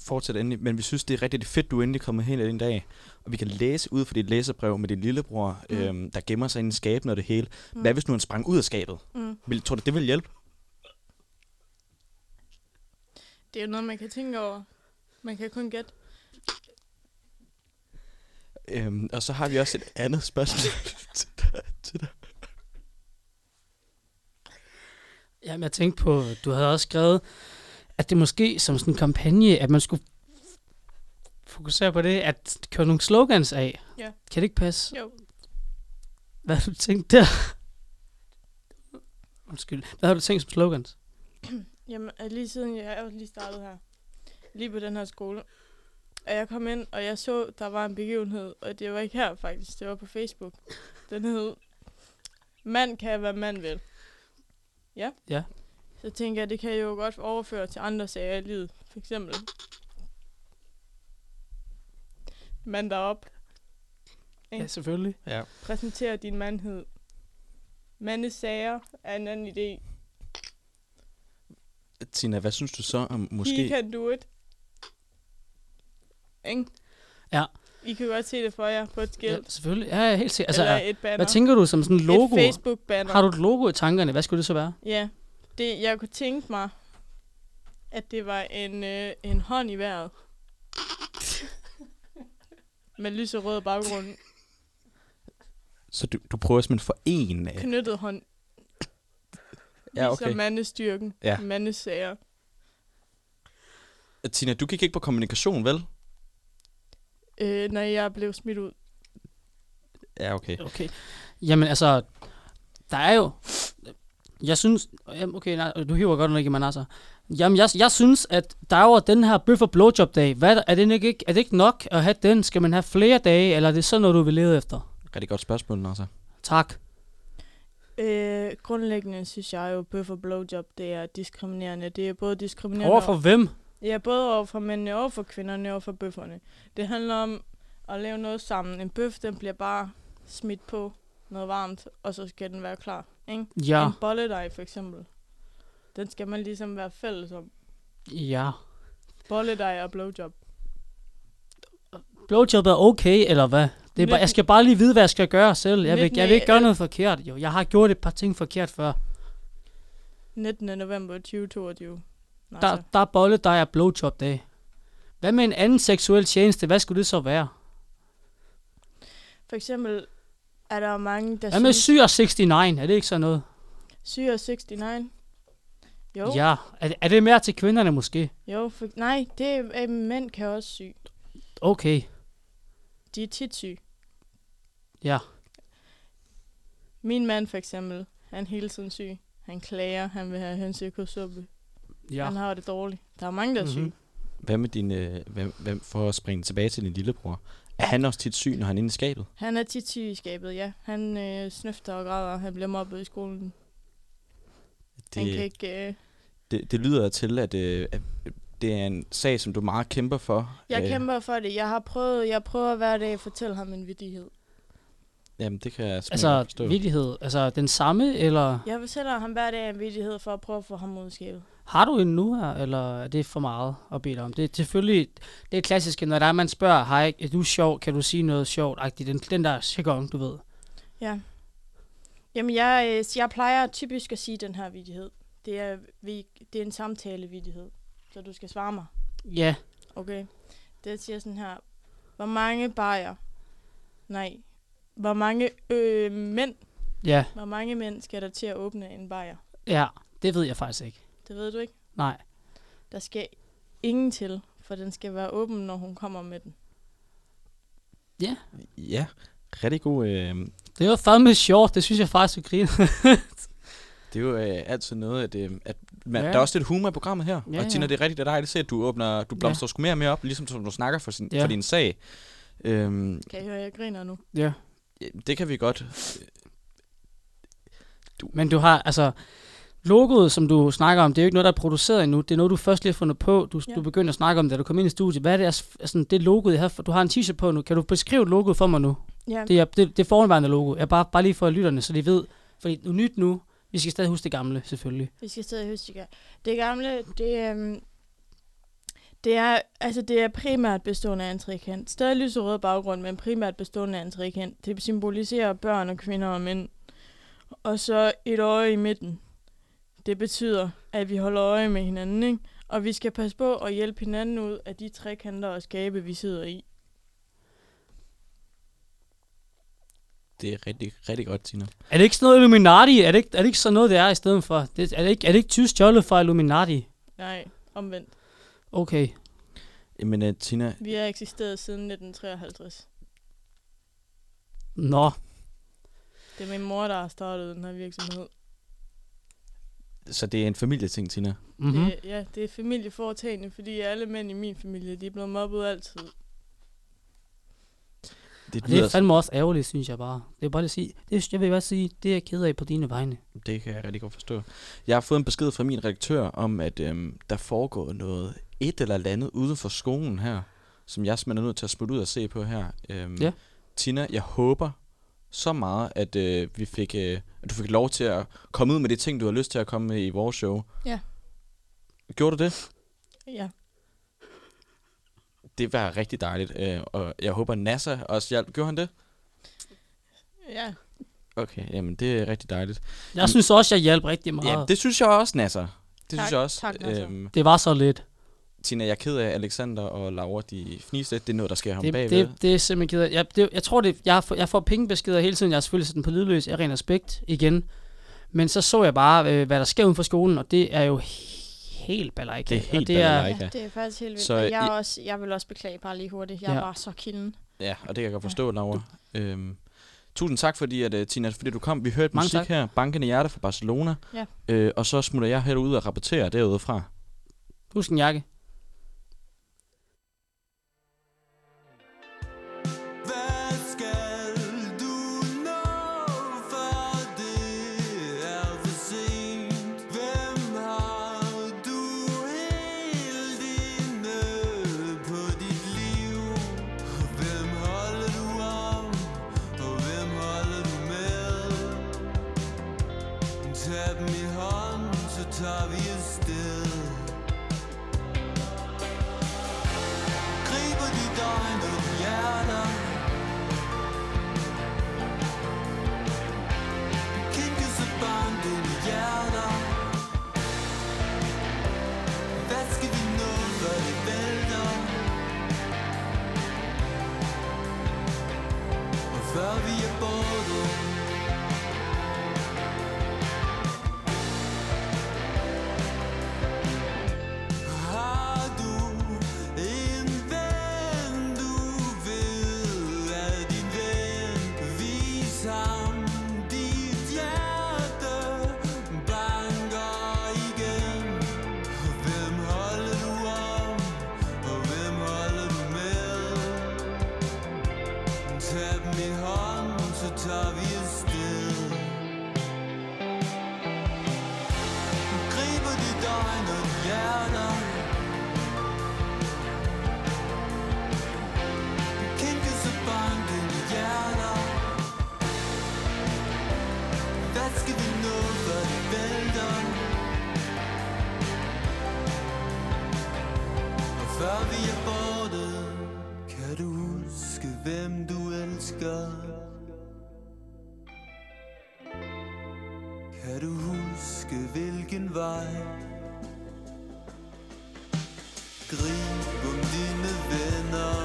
[SPEAKER 2] fortsæt endelig, men vi synes, det er rigtig fedt, du er endelig kommet hen i den dag. Og vi kan læse ud fra dit læserbrev med din lillebror, mm.
[SPEAKER 7] Mm.
[SPEAKER 2] øhm, der gemmer sig inde i skabene og det hele. Mm.
[SPEAKER 7] Mm.
[SPEAKER 2] Hvad hvis nu han sprang ud af skabet?
[SPEAKER 7] Mm.
[SPEAKER 2] Vil, tror du, det vil hjælpe?
[SPEAKER 7] Det er jo noget, man kan tænke over. Man kan kun gætte.
[SPEAKER 2] Øhm, og så har vi også et andet spørgsmål til dig- til dig.
[SPEAKER 1] Jamen, jeg tænkte på, du havde også skrevet, at det måske som sådan en kampagne, at man skulle fokusere på det, at køre nogle slogans af.
[SPEAKER 7] Ja.
[SPEAKER 1] Kan det ikke passe?
[SPEAKER 7] Jo.
[SPEAKER 1] Hvad har du tænkt der? Undskyld. Hvad har du tænkt som slogans?
[SPEAKER 7] Jamen, at lige siden jeg er jo lige startet her, lige på den her skole, og jeg kom ind, og jeg så, der var en begivenhed, og det var ikke her faktisk, det var på Facebook. Den hed, mand kan, hvad mand vil. Ja?
[SPEAKER 1] Ja.
[SPEAKER 7] Så tænker jeg, det kan jeg jo godt overføre til andre sager i livet. For eksempel, mand derop, Ja,
[SPEAKER 1] selvfølgelig.
[SPEAKER 2] Ja.
[SPEAKER 7] præsentere din mandhed. Mandesager er en anden idé.
[SPEAKER 2] Tina, hvad synes du så om
[SPEAKER 7] Måske. He
[SPEAKER 2] måske...
[SPEAKER 7] can do it. Ikke?
[SPEAKER 1] Ja.
[SPEAKER 7] I kan godt se det for jer på et
[SPEAKER 1] Ja,
[SPEAKER 7] skilt.
[SPEAKER 1] selvfølgelig. Ja, ja, helt sikkert.
[SPEAKER 7] Altså,
[SPEAKER 1] Altså,
[SPEAKER 7] eller et banner.
[SPEAKER 1] hvad tænker du som sådan en logo?
[SPEAKER 7] Et Facebook-banner.
[SPEAKER 1] Har du et logo i tankerne? Hvad skulle det så være?
[SPEAKER 7] Ja. Det, jeg kunne tænke mig, at det var en, øh, en hånd i vejret. Med lyserød baggrund.
[SPEAKER 2] Så du, du prøver simpelthen for en...
[SPEAKER 7] Knyttet hånd.
[SPEAKER 2] Ja,
[SPEAKER 7] Viser
[SPEAKER 2] okay.
[SPEAKER 7] mandestyrken.
[SPEAKER 2] Ja.
[SPEAKER 7] Mandesager.
[SPEAKER 2] Øh, Tina, du gik ikke på kommunikation, vel?
[SPEAKER 7] Øh, når jeg blev smidt ud.
[SPEAKER 2] Ja, okay.
[SPEAKER 1] Okay. Jamen altså, der er jo... Jeg synes... Jamen, okay, nej, du hiver godt nok ikke i mig nasser. Jamen, jeg, jeg synes, at der er jo den her bøf og blowjob dag. Hvad, er der- er, det ikke, er det ikke nok at have den? Skal man have flere dage, eller er det sådan noget, du vil lede efter?
[SPEAKER 2] Rigtig godt spørgsmål, Nasser.
[SPEAKER 1] Tak.
[SPEAKER 7] Øh, grundlæggende synes jeg jo, bøf og blowjob, det er diskriminerende. Det er både diskriminerende...
[SPEAKER 1] Over for hvem?
[SPEAKER 7] Ja, både over for mændene, over for kvinderne, over for bøfferne. Det handler om at lave noget sammen. En bøf, den bliver bare smidt på noget varmt, og så skal den være klar. Ikke?
[SPEAKER 1] Ja.
[SPEAKER 7] En bolledej, for eksempel. Den skal man ligesom være fælles om.
[SPEAKER 1] Ja.
[SPEAKER 7] Bolledej og blowjob.
[SPEAKER 1] Blowjob er okay, eller hvad? Det er bare, jeg skal bare lige vide, hvad jeg skal gøre selv. Jeg vil, jeg vil ikke gøre noget forkert, jo. Jeg har gjort et par ting forkert før.
[SPEAKER 7] 19. november 2022. Nej,
[SPEAKER 1] Der,
[SPEAKER 7] så.
[SPEAKER 1] der er bolle, der er blowjob dag. Hvad med en anden seksuel tjeneste? Hvad skulle det så være?
[SPEAKER 7] For eksempel er der jo mange, der
[SPEAKER 1] Hvad med
[SPEAKER 7] synes-
[SPEAKER 1] syr 69? Er det ikke sådan noget?
[SPEAKER 7] syre 69. Jo, ja.
[SPEAKER 1] Ja. Er, det- er det mere til kvinderne måske?
[SPEAKER 7] jo for, nej, det er, øh, mænd kan også sy.
[SPEAKER 1] Okay.
[SPEAKER 7] De er tit syge.
[SPEAKER 1] Ja.
[SPEAKER 7] Min mand for eksempel, han er hele tiden syg. Han klager, han vil have hønsekosuppe. Ja. Han
[SPEAKER 1] Ja.
[SPEAKER 7] har det dårligt. Der er mange, der er syge.
[SPEAKER 1] Mhm.
[SPEAKER 7] Mm-hmm.
[SPEAKER 2] Hvad med din, øh, hvem, hvem, for at springe tilbage til din lillebror? Er han også tit syg, når han er inde i skabet?
[SPEAKER 7] Han er tit syg i skabet, ja. Han øh, snøfter og græder, han bliver mobbet i skolen. Det... Han kan
[SPEAKER 2] Det,
[SPEAKER 7] ikke... Øh...
[SPEAKER 2] det, det lyder til, at, øh, at det er en sag, som du meget kæmper for.
[SPEAKER 7] Jeg
[SPEAKER 2] Øh,
[SPEAKER 7] kæmper for det. Jeg har prøvet, jeg prøver hver dag at fortælle ham en vidighed.
[SPEAKER 2] Jamen, det kan jeg simpelthen godt
[SPEAKER 1] Altså,
[SPEAKER 2] forstå.
[SPEAKER 1] virkelighed. Altså, den samme, eller...
[SPEAKER 7] Jeg fortæller ham hver dag en vidighed for at prøve at få ham ud af skabet.
[SPEAKER 1] Har du en nu her, eller er det for meget at bede dig om? Det er selvfølgelig det er klassiske, når der er, man spørger, hej, er du sjov, kan du sige noget sjovt? Agtigt, den, den der jargon, du ved.
[SPEAKER 7] Ja. Jamen, jeg, øh, jeg plejer typisk at sige den her vidighed. Det er, vi, det er en samtalevidighed, så du skal svare mig.
[SPEAKER 1] Ja,
[SPEAKER 7] Okay. Det siger sådan her. Hvor mange bajer? Nej. Hvor mange øh, mænd?
[SPEAKER 1] ja,
[SPEAKER 7] Hvor mange mænd skal der til at åbne en bajer?
[SPEAKER 1] ja, det ved jeg faktisk ikke.
[SPEAKER 7] Det ved du ikke.
[SPEAKER 1] Nej,
[SPEAKER 7] Der skal ingen til, for den skal være åben, når hun kommer med den.
[SPEAKER 2] Ja, rigtig god. Øh,
[SPEAKER 1] det var fandme sjovt, det synes jeg faktisk, du griner.
[SPEAKER 2] det er jo øh, altid noget, at, øh, at man,
[SPEAKER 1] Ja.
[SPEAKER 2] ja. der er også lidt humor i programmet her.
[SPEAKER 1] Ja,
[SPEAKER 2] Ja, og Tina,
[SPEAKER 1] ja.
[SPEAKER 2] det er rigtig dejligt at se, at du, åbner, du blomstrer sgu mere og mere op, ligesom som du snakker for, sin,
[SPEAKER 1] Ja.
[SPEAKER 2] ja. for din sag. Øhm,
[SPEAKER 7] Kan I høre, jeg griner nu?
[SPEAKER 1] ja.
[SPEAKER 2] ja, det kan vi godt.
[SPEAKER 1] Men du har, altså, logoet, som du snakker om, det er jo ikke noget, der er produceret endnu. Det er noget, du først lige har fundet på. Du, ja.
[SPEAKER 7] Ja.
[SPEAKER 1] du begyndte at snakke om, da du kom ind i studiet. Hvad er det, altså, det logo, jeg har? Du har en t-shirt på nu. Kan du beskrive logoet for mig nu?
[SPEAKER 7] Ja,
[SPEAKER 1] Det er, det, det er forhåndværende logo. Jeg bare, bare lige for lytterne, så de ved. Fordi nu nyt nu. Vi skal stadig huske det gamle, selvfølgelig.
[SPEAKER 7] vi skal stadig huske det. gør. Det gamle, det, øhm, det er, altså det er primært bestående af en trekant. Stadig lyserød baggrund, men primært bestående af en trekant. Det symboliserer børn og kvinder og mænd. Og så et øje i midten. Det betyder, at vi holder øje med hinanden, ikke? Og vi skal passe på at hjælpe hinanden ud af de trekanter og skabe, vi sidder i.
[SPEAKER 2] Det er rigtig, rigtig godt, Tina.
[SPEAKER 1] Er det ikke sådan noget Illuminati? Er det ikke, er det ikke sådan noget, det er i stedet for? Det, er, det ikke, er det ikke tysk stjålet fra Illuminati?
[SPEAKER 7] Nej, omvendt.
[SPEAKER 1] Okay.
[SPEAKER 2] Jamen, øh, Tina,
[SPEAKER 7] Vi har eksisteret siden 1953.
[SPEAKER 1] Nå.
[SPEAKER 7] Det er min mor, der har startet den her virksomhed.
[SPEAKER 2] så det er en familieting, Tina.
[SPEAKER 1] Mm-hmm.
[SPEAKER 7] Mm-hmm. Det, ja, det er familieforetagende, fordi alle mænd i min familie, de er blevet mobbet altid.
[SPEAKER 2] Det,
[SPEAKER 1] Det
[SPEAKER 2] lyder,
[SPEAKER 1] er fandme også ærgerligt, synes jeg bare. Det er bare at sige, det, jeg vil bare sige, det er jeg ked af på dine vegne.
[SPEAKER 2] det kan jeg rigtig godt forstå. Jeg har fået en besked fra min redaktør om, at øhm, der foregår noget et eller andet ude for skolen her, som jeg simpelthen er nødt til at smutte ud og se på her. Øhm,
[SPEAKER 1] Ja.
[SPEAKER 2] Tina, jeg håber så meget, at, øh, vi fik, øh, at du fik lov til at komme ud med de ting, du har lyst til at komme med i vores show.
[SPEAKER 7] Ja.
[SPEAKER 2] Gjorde du det?
[SPEAKER 7] Ja,
[SPEAKER 2] Det var rigtig dejligt, øh, og jeg håber, NASA også hjalp. Gjorde han det?
[SPEAKER 7] ja.
[SPEAKER 2] Okay, jamen det er rigtig dejligt.
[SPEAKER 1] Jeg synes også, jeg hjalp rigtig meget.
[SPEAKER 2] Ja,
[SPEAKER 1] Ja, det...
[SPEAKER 2] det synes jeg også, Nasser. Det
[SPEAKER 7] Tak.
[SPEAKER 2] synes jeg også.
[SPEAKER 7] Tak, Nasser.
[SPEAKER 2] Øhm,
[SPEAKER 1] det var så lidt.
[SPEAKER 2] Tina, jeg er ked af, at Alexander og Laura, de fniste. Det er noget, der sker ham
[SPEAKER 1] Det,
[SPEAKER 2] bagved.
[SPEAKER 1] det, det, er simpelthen ked af. Jeg, det, jeg tror, det, jeg, får, jeg får pengebeskeder hele tiden. Jeg har selvfølgelig sat den på lydløs af ren aspekt igen. Men så så jeg bare, øh, hvad der sker uden for skolen, og det er jo he- helt balalaika.
[SPEAKER 2] Det er helt
[SPEAKER 1] og det er,
[SPEAKER 2] balalaika. Ja,
[SPEAKER 7] det er faktisk helt vildt.
[SPEAKER 2] Så
[SPEAKER 7] Så, jeg,
[SPEAKER 2] I-
[SPEAKER 7] er også, jeg vil også beklage bare lige hurtigt. Jeg
[SPEAKER 1] Ja.
[SPEAKER 7] ja. var så kilden.
[SPEAKER 2] Ja, og det kan jeg godt forstå, Laura. Øhm, Tusind tak, fordi, at, uh, Tina, fordi du kom. Vi hørte
[SPEAKER 1] Mange
[SPEAKER 2] musik
[SPEAKER 1] tak.
[SPEAKER 2] her, Bankende Hjerte fra Barcelona.
[SPEAKER 3] Ja.
[SPEAKER 2] Øh, og så smutter jeg herud og rapporterer derudefra.
[SPEAKER 1] Husk en jakke.
[SPEAKER 8] Hvad skal du nå, før det er for sent? Hvem har du helt inde på dit liv? Hvem holder du om, og hvem holder du med? Tag dem i hånd, så tager vi afsted. Griber de døgnet hjerter Kigge så barn dine hjerter Hvad skal vi nå, når det vælter? Og før vi er borte Har du en ven, du ved er din ven? Vis ham dit hjerte, banker igen. Hvem holder du om, og hvem holder du med? Tag dem i hånden, så tager vi afsted. Griber de døgn og hjerter Kæmpe så bankende hjerter Hvad skal vi nå, før det vælter? Og før vi er borte Kan du huske, hvem du elsker? Kan du huske, hvilken vej? Grib om dine venner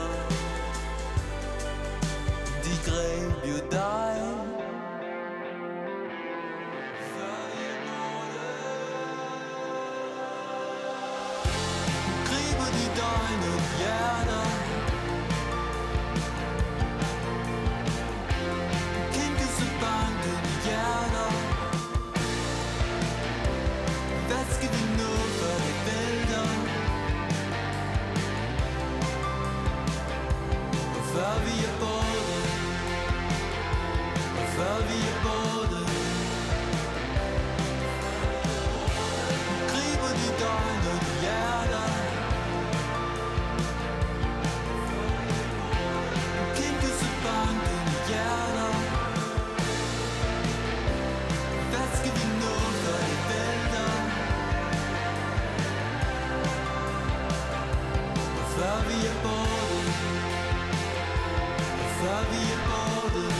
[SPEAKER 8] de greb jo dig Før jeg nåede. Griber de døgnet hjerter Kæmpe så bankende hjerter Hvad skal vi nå, før det vælter? Og før vi er borte Og før vi er borte Griber de døgn og de hjerter Kæmpe så bankende hjerter Hvad skal vi nå, før det vælter? Og før vi er borte før vi er borte.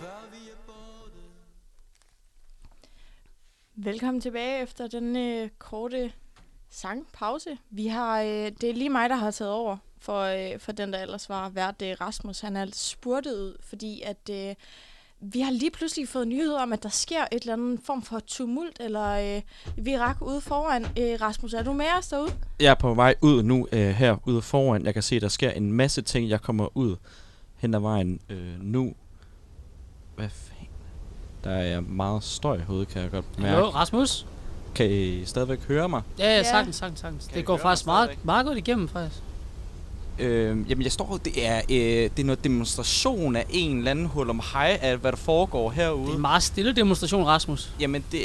[SPEAKER 8] Før vi er borte.
[SPEAKER 3] Velkommen tilbage efter den øh, korte sangpause. Vi har, øh, det er lige mig, der har taget over for, øh, for den, der ellers var vært øh, Rasmus. Han er lidt spurtet ud, fordi at, øh, vi har lige pludselig fået nyheder om, at der sker et eller andet form for tumult, eller øh, virak ude foran. Øh, Rasmus, er du med os derude?
[SPEAKER 2] Jeg er på vej ud nu øh, her ude foran. Jeg kan se, der sker en masse ting. Jeg kommer ud hen ad vejen øh, nu. Hvad fanden? Der er meget støj i hovedet, kan jeg godt mærke.
[SPEAKER 1] Hallo, Rasmus?
[SPEAKER 2] Kan I stadigvæk høre mig?
[SPEAKER 1] Ja, ja,
[SPEAKER 3] Ja.
[SPEAKER 1] sagtens, sagtens, sagtens.
[SPEAKER 2] Kan I
[SPEAKER 1] det går
[SPEAKER 2] høre
[SPEAKER 1] faktisk
[SPEAKER 2] mig
[SPEAKER 1] meget,
[SPEAKER 2] stadigvæk?
[SPEAKER 1] meget godt igennem, faktisk.
[SPEAKER 2] Øh, jamen, jeg står... Det er, øh, det er noget demonstration af en eller anden hul om hej af, hvad der foregår herude.
[SPEAKER 1] Det er en meget stille demonstration, Rasmus.
[SPEAKER 2] Jamen, det,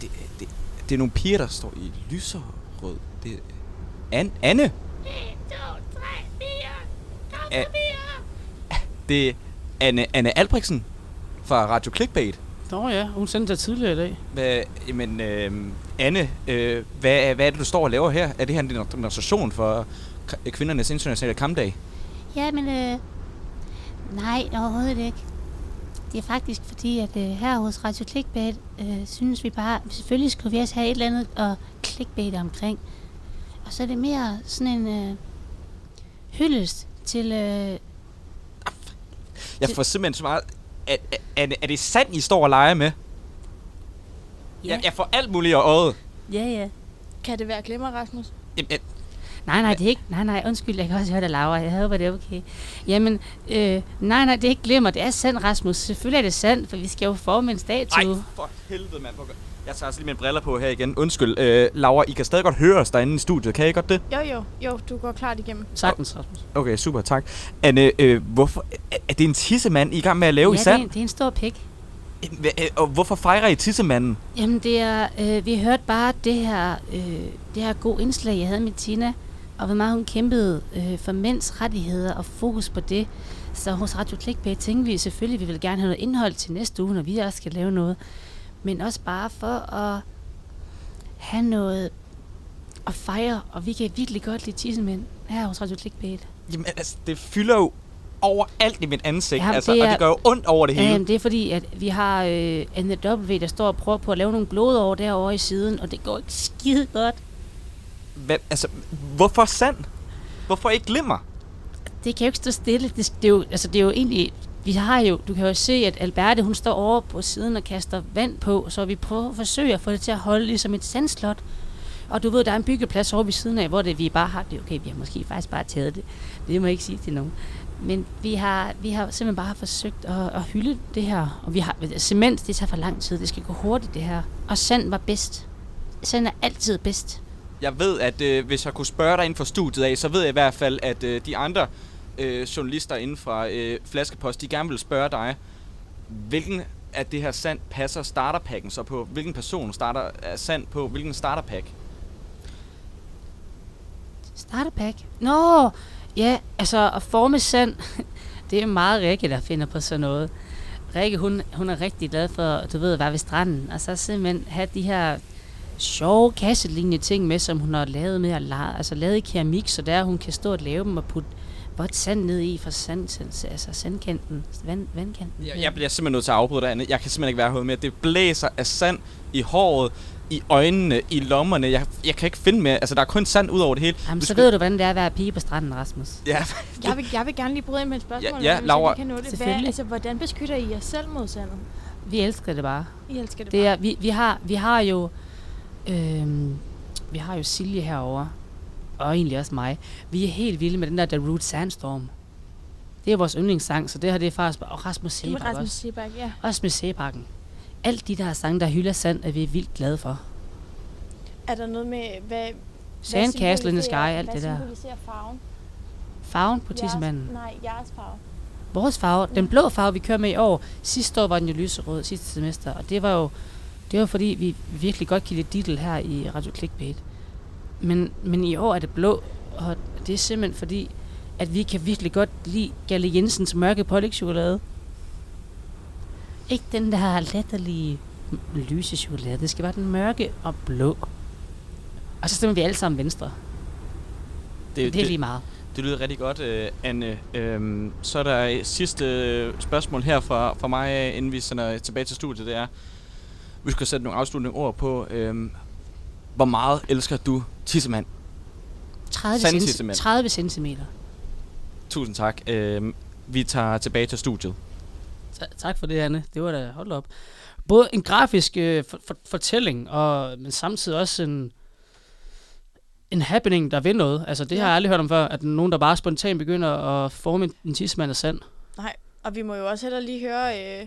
[SPEAKER 2] det, det, det er nogle piger, der står i lyserød. Det, An, Anne! 1, 2, 3, 4. Kom Det er Anne, Anne Albrechtsen fra Radio Clickbait.
[SPEAKER 1] Nå ja, hun sendte dig tidligere i dag.
[SPEAKER 2] Hvad, jamen, øh, Anne, øh, hvad, hvad er det, du står og laver her? Er det her en demonstration for k- kvindernes internationale kampdag?
[SPEAKER 9] Jamen, øh, nej, overhovedet ikke. Det er faktisk fordi, at øh, her hos Radio Clickbait, øh, synes vi bare, selvfølgelig skulle vi også have et eller andet at clickbait omkring. Og så er det mere sådan en øh, hyldest til... Øh,
[SPEAKER 2] Jeg
[SPEAKER 9] Det-
[SPEAKER 2] får simpelthen så meget... Er, er- er, det- er det sand, I står og leger med? Jeg, jeg får alt muligt i øjet.
[SPEAKER 9] ja, ja.
[SPEAKER 3] Kan det være glimmer, Rasmus?
[SPEAKER 2] Jamen, jeg,
[SPEAKER 9] Nej, nej, det er ikke... Nej, nej, undskyld, jeg kan også høre dig, Laura. Jeg håber, det er okay. Jamen, øh, nej, nej, det er ikke glemmer. Det er sandt, Rasmus. Selvfølgelig er det sandt, for vi skal jo forme en
[SPEAKER 2] Ej,
[SPEAKER 9] statue.
[SPEAKER 2] for helvede, mand. Hvor gør- Jeg tager altså lige mine briller på her igen. Undskyld. Øh, Laura, I kan stadig godt høre os derinde i studiet. Kan I godt det?
[SPEAKER 3] Jo, jo, jo, du går klart igennem.
[SPEAKER 1] Sagtens, Rasmus.
[SPEAKER 2] Okay, super, tak. Anne, øh, hvorfor, er- er det en tissemand, I er i gang med at lave i
[SPEAKER 9] ja, det er, en,
[SPEAKER 2] sand?
[SPEAKER 9] det er en stor pik.
[SPEAKER 2] Hva- øh, Og hvorfor fejrer I tissemanden?
[SPEAKER 9] Jamen, det er... Øh, vi hørte bare det her, øh, det her gode indslag, jeg havde med Tina, og hvor meget hun kæmpede øh, for mænds rettigheder og fokus på det. Så hos Radio Clickbait tænkte vi selvfølgelig, vi vil gerne have noget indhold til næste uge, når vi også skal lave noget. Men også bare for at have noget at fejre, og vi kan virkelig godt lide tissemænd her hos Radio Clickbait.
[SPEAKER 2] Jamen, altså, det fylder jo overalt i mit ansigt,
[SPEAKER 9] Jamen,
[SPEAKER 2] altså,
[SPEAKER 9] det
[SPEAKER 2] og
[SPEAKER 9] er-
[SPEAKER 2] det gør jo ondt over det hele.
[SPEAKER 9] Jamen, det er fordi, at vi har øh, NW, der står og prøver på at lave nogle blodår derovre i siden, og det går ikke skide godt.
[SPEAKER 2] Hvad, altså, hvorfor sand? Hvorfor ikke glimmer?
[SPEAKER 9] det kan jo ikke stå stille. Det, det, er jo, altså, det er jo egentlig... Vi har jo, du kan jo se, at Alberte, hun står over på siden og kaster vand på, så vi prøver at forsøge at få det til at holde ligesom et sandslot. Og du ved, der er en byggeplads over ved siden af, hvor det, vi bare har det. Okay, vi har måske faktisk bare taget det. Det må jeg ikke sige til nogen. Men vi har, vi har simpelthen bare forsøgt at, at hylde det her. Og vi har, cement, det tager for lang tid. Det skal gå hurtigt, det her. Og sand var bedst. Sand er altid bedst.
[SPEAKER 2] Jeg ved, at øh, hvis jeg kunne spørge dig inden for studiet af, så ved jeg i hvert fald, at øh, de andre øh, journalister inden fra øh, Flaskepost, de gerne vil spørge dig, hvilken af det her sand passer starterpakken så på? Hvilken person starter er sand på? Hvilken starterpack?
[SPEAKER 9] Starterpack? Nå, ja, altså at forme sand, det er meget Rikke, der finder på sådan noget. Rikke, hun, hun er rigtig glad for, du ved, at være ved stranden, og så simpelthen have de her sjove kasselignende ting med, som hun har lavet med at lege, altså lavet i keramik, så der hun kan stå og lave dem og putte vådt sand ned i fra sand, altså sandkanten, vand, vandkanten.
[SPEAKER 2] Jeg, jeg bliver simpelthen nødt til at afbryde dig, Anne. Jeg kan simpelthen ikke være herude mere. Det blæser af sand i håret, i øjnene, i lommerne. Jeg, jeg kan ikke finde mere. Altså, der er kun sand ud over det hele.
[SPEAKER 9] Jamen,
[SPEAKER 2] Du
[SPEAKER 9] så
[SPEAKER 2] skal-
[SPEAKER 9] ved du, hvordan det er at være pige på stranden, Rasmus.
[SPEAKER 2] Ja,
[SPEAKER 3] Jeg vil, jeg vil gerne lige bryde ind med et spørgsmål.
[SPEAKER 2] Ja, ja,
[SPEAKER 3] hvis jeg
[SPEAKER 2] Laura.
[SPEAKER 3] lige Kan nå det. Hvad,
[SPEAKER 9] Selvfølgelig.
[SPEAKER 3] altså, hvordan beskytter I jer selv mod sandet?
[SPEAKER 9] Vi elsker det bare.
[SPEAKER 3] I elsker det,
[SPEAKER 9] Det er, vi, vi, har, vi har jo øhm, vi har jo Silje herover og egentlig også mig. Vi er helt vilde med den der The Root Sandstorm. Det er vores yndlingssang, så det her det er faktisk bare... Og Rasmus
[SPEAKER 3] bare. Jamen,
[SPEAKER 9] Sebak
[SPEAKER 3] Rasmus
[SPEAKER 9] også.
[SPEAKER 3] Sebak, ja.
[SPEAKER 9] Også med Sebakken. Alt de der sange, der hylder sand, er vi vildt glade for.
[SPEAKER 3] Er der noget med, hvad...
[SPEAKER 9] Sandcastle in the Sky, alt det der.
[SPEAKER 3] Hvad symboliserer farven?
[SPEAKER 9] Farven på
[SPEAKER 3] Jeres-
[SPEAKER 9] tissemanden.
[SPEAKER 3] Nej, jeres farve.
[SPEAKER 9] Vores farve, den blå farve, vi kører med i år. Sidste år var den jo lyserød, sidste semester. Og det var jo det var fordi, vi virkelig godt kan lide Diddle her i Radio Clickbait. Men, men i år er det blå, og det er simpelthen fordi, at vi kan virkelig godt lide Galle Jensens mørke pålægtschokolade. Ikke den der latterlige m- lyse chokolade. Det skal være den mørke og blå. Og så stemmer vi alle sammen venstre. Det, det er lige meget.
[SPEAKER 2] Det lyder rigtig godt, øh, Anne. Øhm, så er der et sidste øh, spørgsmål her fra, fra mig, af, inden vi sender tilbage til studiet. Det er, vi skal sætte nogle afsluttende ord på. Øhm, hvor meget elsker du Tissemand?
[SPEAKER 9] 30, centi-
[SPEAKER 2] Sandtissemand.
[SPEAKER 9] 30 centimeter.
[SPEAKER 2] Tusind tak. Øhm, vi tager tilbage til studiet.
[SPEAKER 1] Ta- tak for det, Anne. Det var da, hold da op. Både en grafisk øh, for- for- fortælling, og, men samtidig også en, en happening, der vil noget. Altså, det ja. har jeg aldrig hørt om før, at nogen, der bare spontant begynder at forme en, en tidsmand af sand.
[SPEAKER 3] Og vi må jo også heller lige høre... Øh,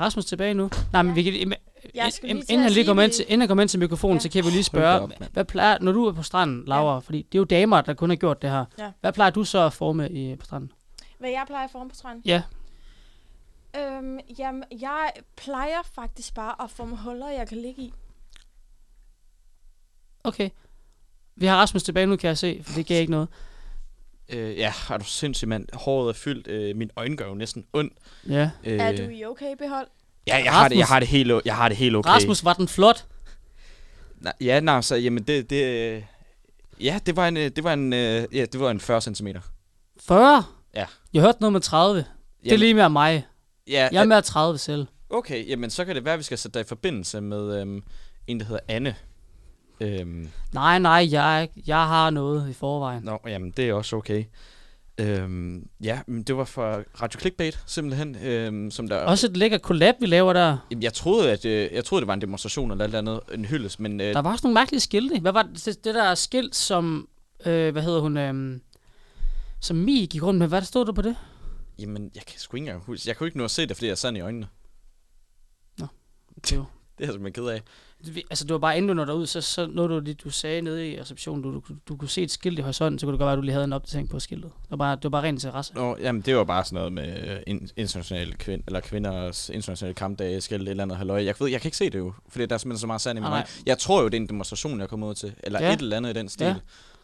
[SPEAKER 1] Rasmus tilbage nu. Nej, men vi kan, jamen,
[SPEAKER 3] jeg skulle
[SPEAKER 1] ind-
[SPEAKER 3] lige til
[SPEAKER 1] inden
[SPEAKER 3] at
[SPEAKER 1] han lige
[SPEAKER 3] sige,
[SPEAKER 1] kommer ind
[SPEAKER 3] vi-
[SPEAKER 1] til, inden han kommer ind til mikrofonen,
[SPEAKER 3] Ja.
[SPEAKER 1] ja. så kan vi lige
[SPEAKER 2] Hold da
[SPEAKER 1] spørge,
[SPEAKER 2] op, mand.
[SPEAKER 1] hvad plejer, når du er på stranden, Laura, ja. fordi det er jo damer, der kun har gjort det her.
[SPEAKER 3] Ja.
[SPEAKER 1] Hvad plejer du så at forme i, på stranden?
[SPEAKER 3] hvad jeg plejer at forme på stranden.
[SPEAKER 1] Ja.
[SPEAKER 3] Øhm, jamen, jeg plejer faktisk bare at forme huller, jeg kan ligge i.
[SPEAKER 1] Okay. Vi har Rasmus tilbage nu, kan jeg se, for det gav ikke noget.
[SPEAKER 2] Øh, ja, er du sindssyg, mand. Håret er fyldt. Øh, min øjne gør jo næsten ondt.
[SPEAKER 1] Ja.
[SPEAKER 2] Øh,
[SPEAKER 3] Er du i okay behold?
[SPEAKER 2] Ja, jeg har, det, jeg
[SPEAKER 1] Rasmus?
[SPEAKER 2] har det helt, o- jeg har det helt okay.
[SPEAKER 1] Okay. Rasmus, var den flot?
[SPEAKER 2] Nej, ja, nej, så jamen det, det øh, ja, det var en, øh, det var en, øh, ja, det var en 40 cm.
[SPEAKER 1] 40?
[SPEAKER 2] Ja.
[SPEAKER 1] Jeg hørte noget med 30. Jamen. Det er
[SPEAKER 2] Jamen,
[SPEAKER 1] lige mere mig.
[SPEAKER 2] ja, øh,
[SPEAKER 1] Jeg er mere 30 selv.
[SPEAKER 2] Okay, jamen så kan det være, at vi skal sætte dig i forbindelse med øhm, en, der hedder Anne. Øhm,
[SPEAKER 1] Nej, nej, jeg, er ikke- jeg har noget i forvejen.
[SPEAKER 2] nå, jamen det er også okay. Øhm, ja, men det var fra Radio Clickbait, simpelthen. Øhm, som der,
[SPEAKER 1] Også et lækker collab, vi laver der.
[SPEAKER 2] Jamen, Jeg troede, at øh, jeg troede, det var en demonstration eller et eller andet, en hyldes, men øh,
[SPEAKER 1] Der var også nogle mærkelige skilte. Hvad var det, det det der skilt, som, øh, hvad hedder hun, øh, som Mi gik rundt med? Hvad der stod der på det?
[SPEAKER 2] jamen, jeg kan sgu ikke engang huske. Jeg kunne ikke nå at se det, fordi jeg sad i øjnene.
[SPEAKER 1] Det, er jo-
[SPEAKER 2] Det er jeg simpelthen ked af.
[SPEAKER 1] vi- altså, det var bare inden du nåede derud, så, så nåede du det, du sagde nede i receptionen. Du, du, du kunne se et skilt i horisonten, så kunne det godt være, at du lige havde en opdatering på skiltet. Det var bare, det var bare ren interesse.
[SPEAKER 2] Nå, jamen, det var bare sådan noget med øh, in- internationale kvind, eller kvinders internationale kampdag, skæld, et eller andet halløj. Jeg ved, jeg kan ikke se det jo, fordi der er simpelthen så meget sand i min
[SPEAKER 1] Ah,
[SPEAKER 2] øjne. Jeg tror jo, det er en demonstration, jeg kommer ud til, eller
[SPEAKER 1] Ja.
[SPEAKER 2] et eller andet i den stil.
[SPEAKER 1] Ja.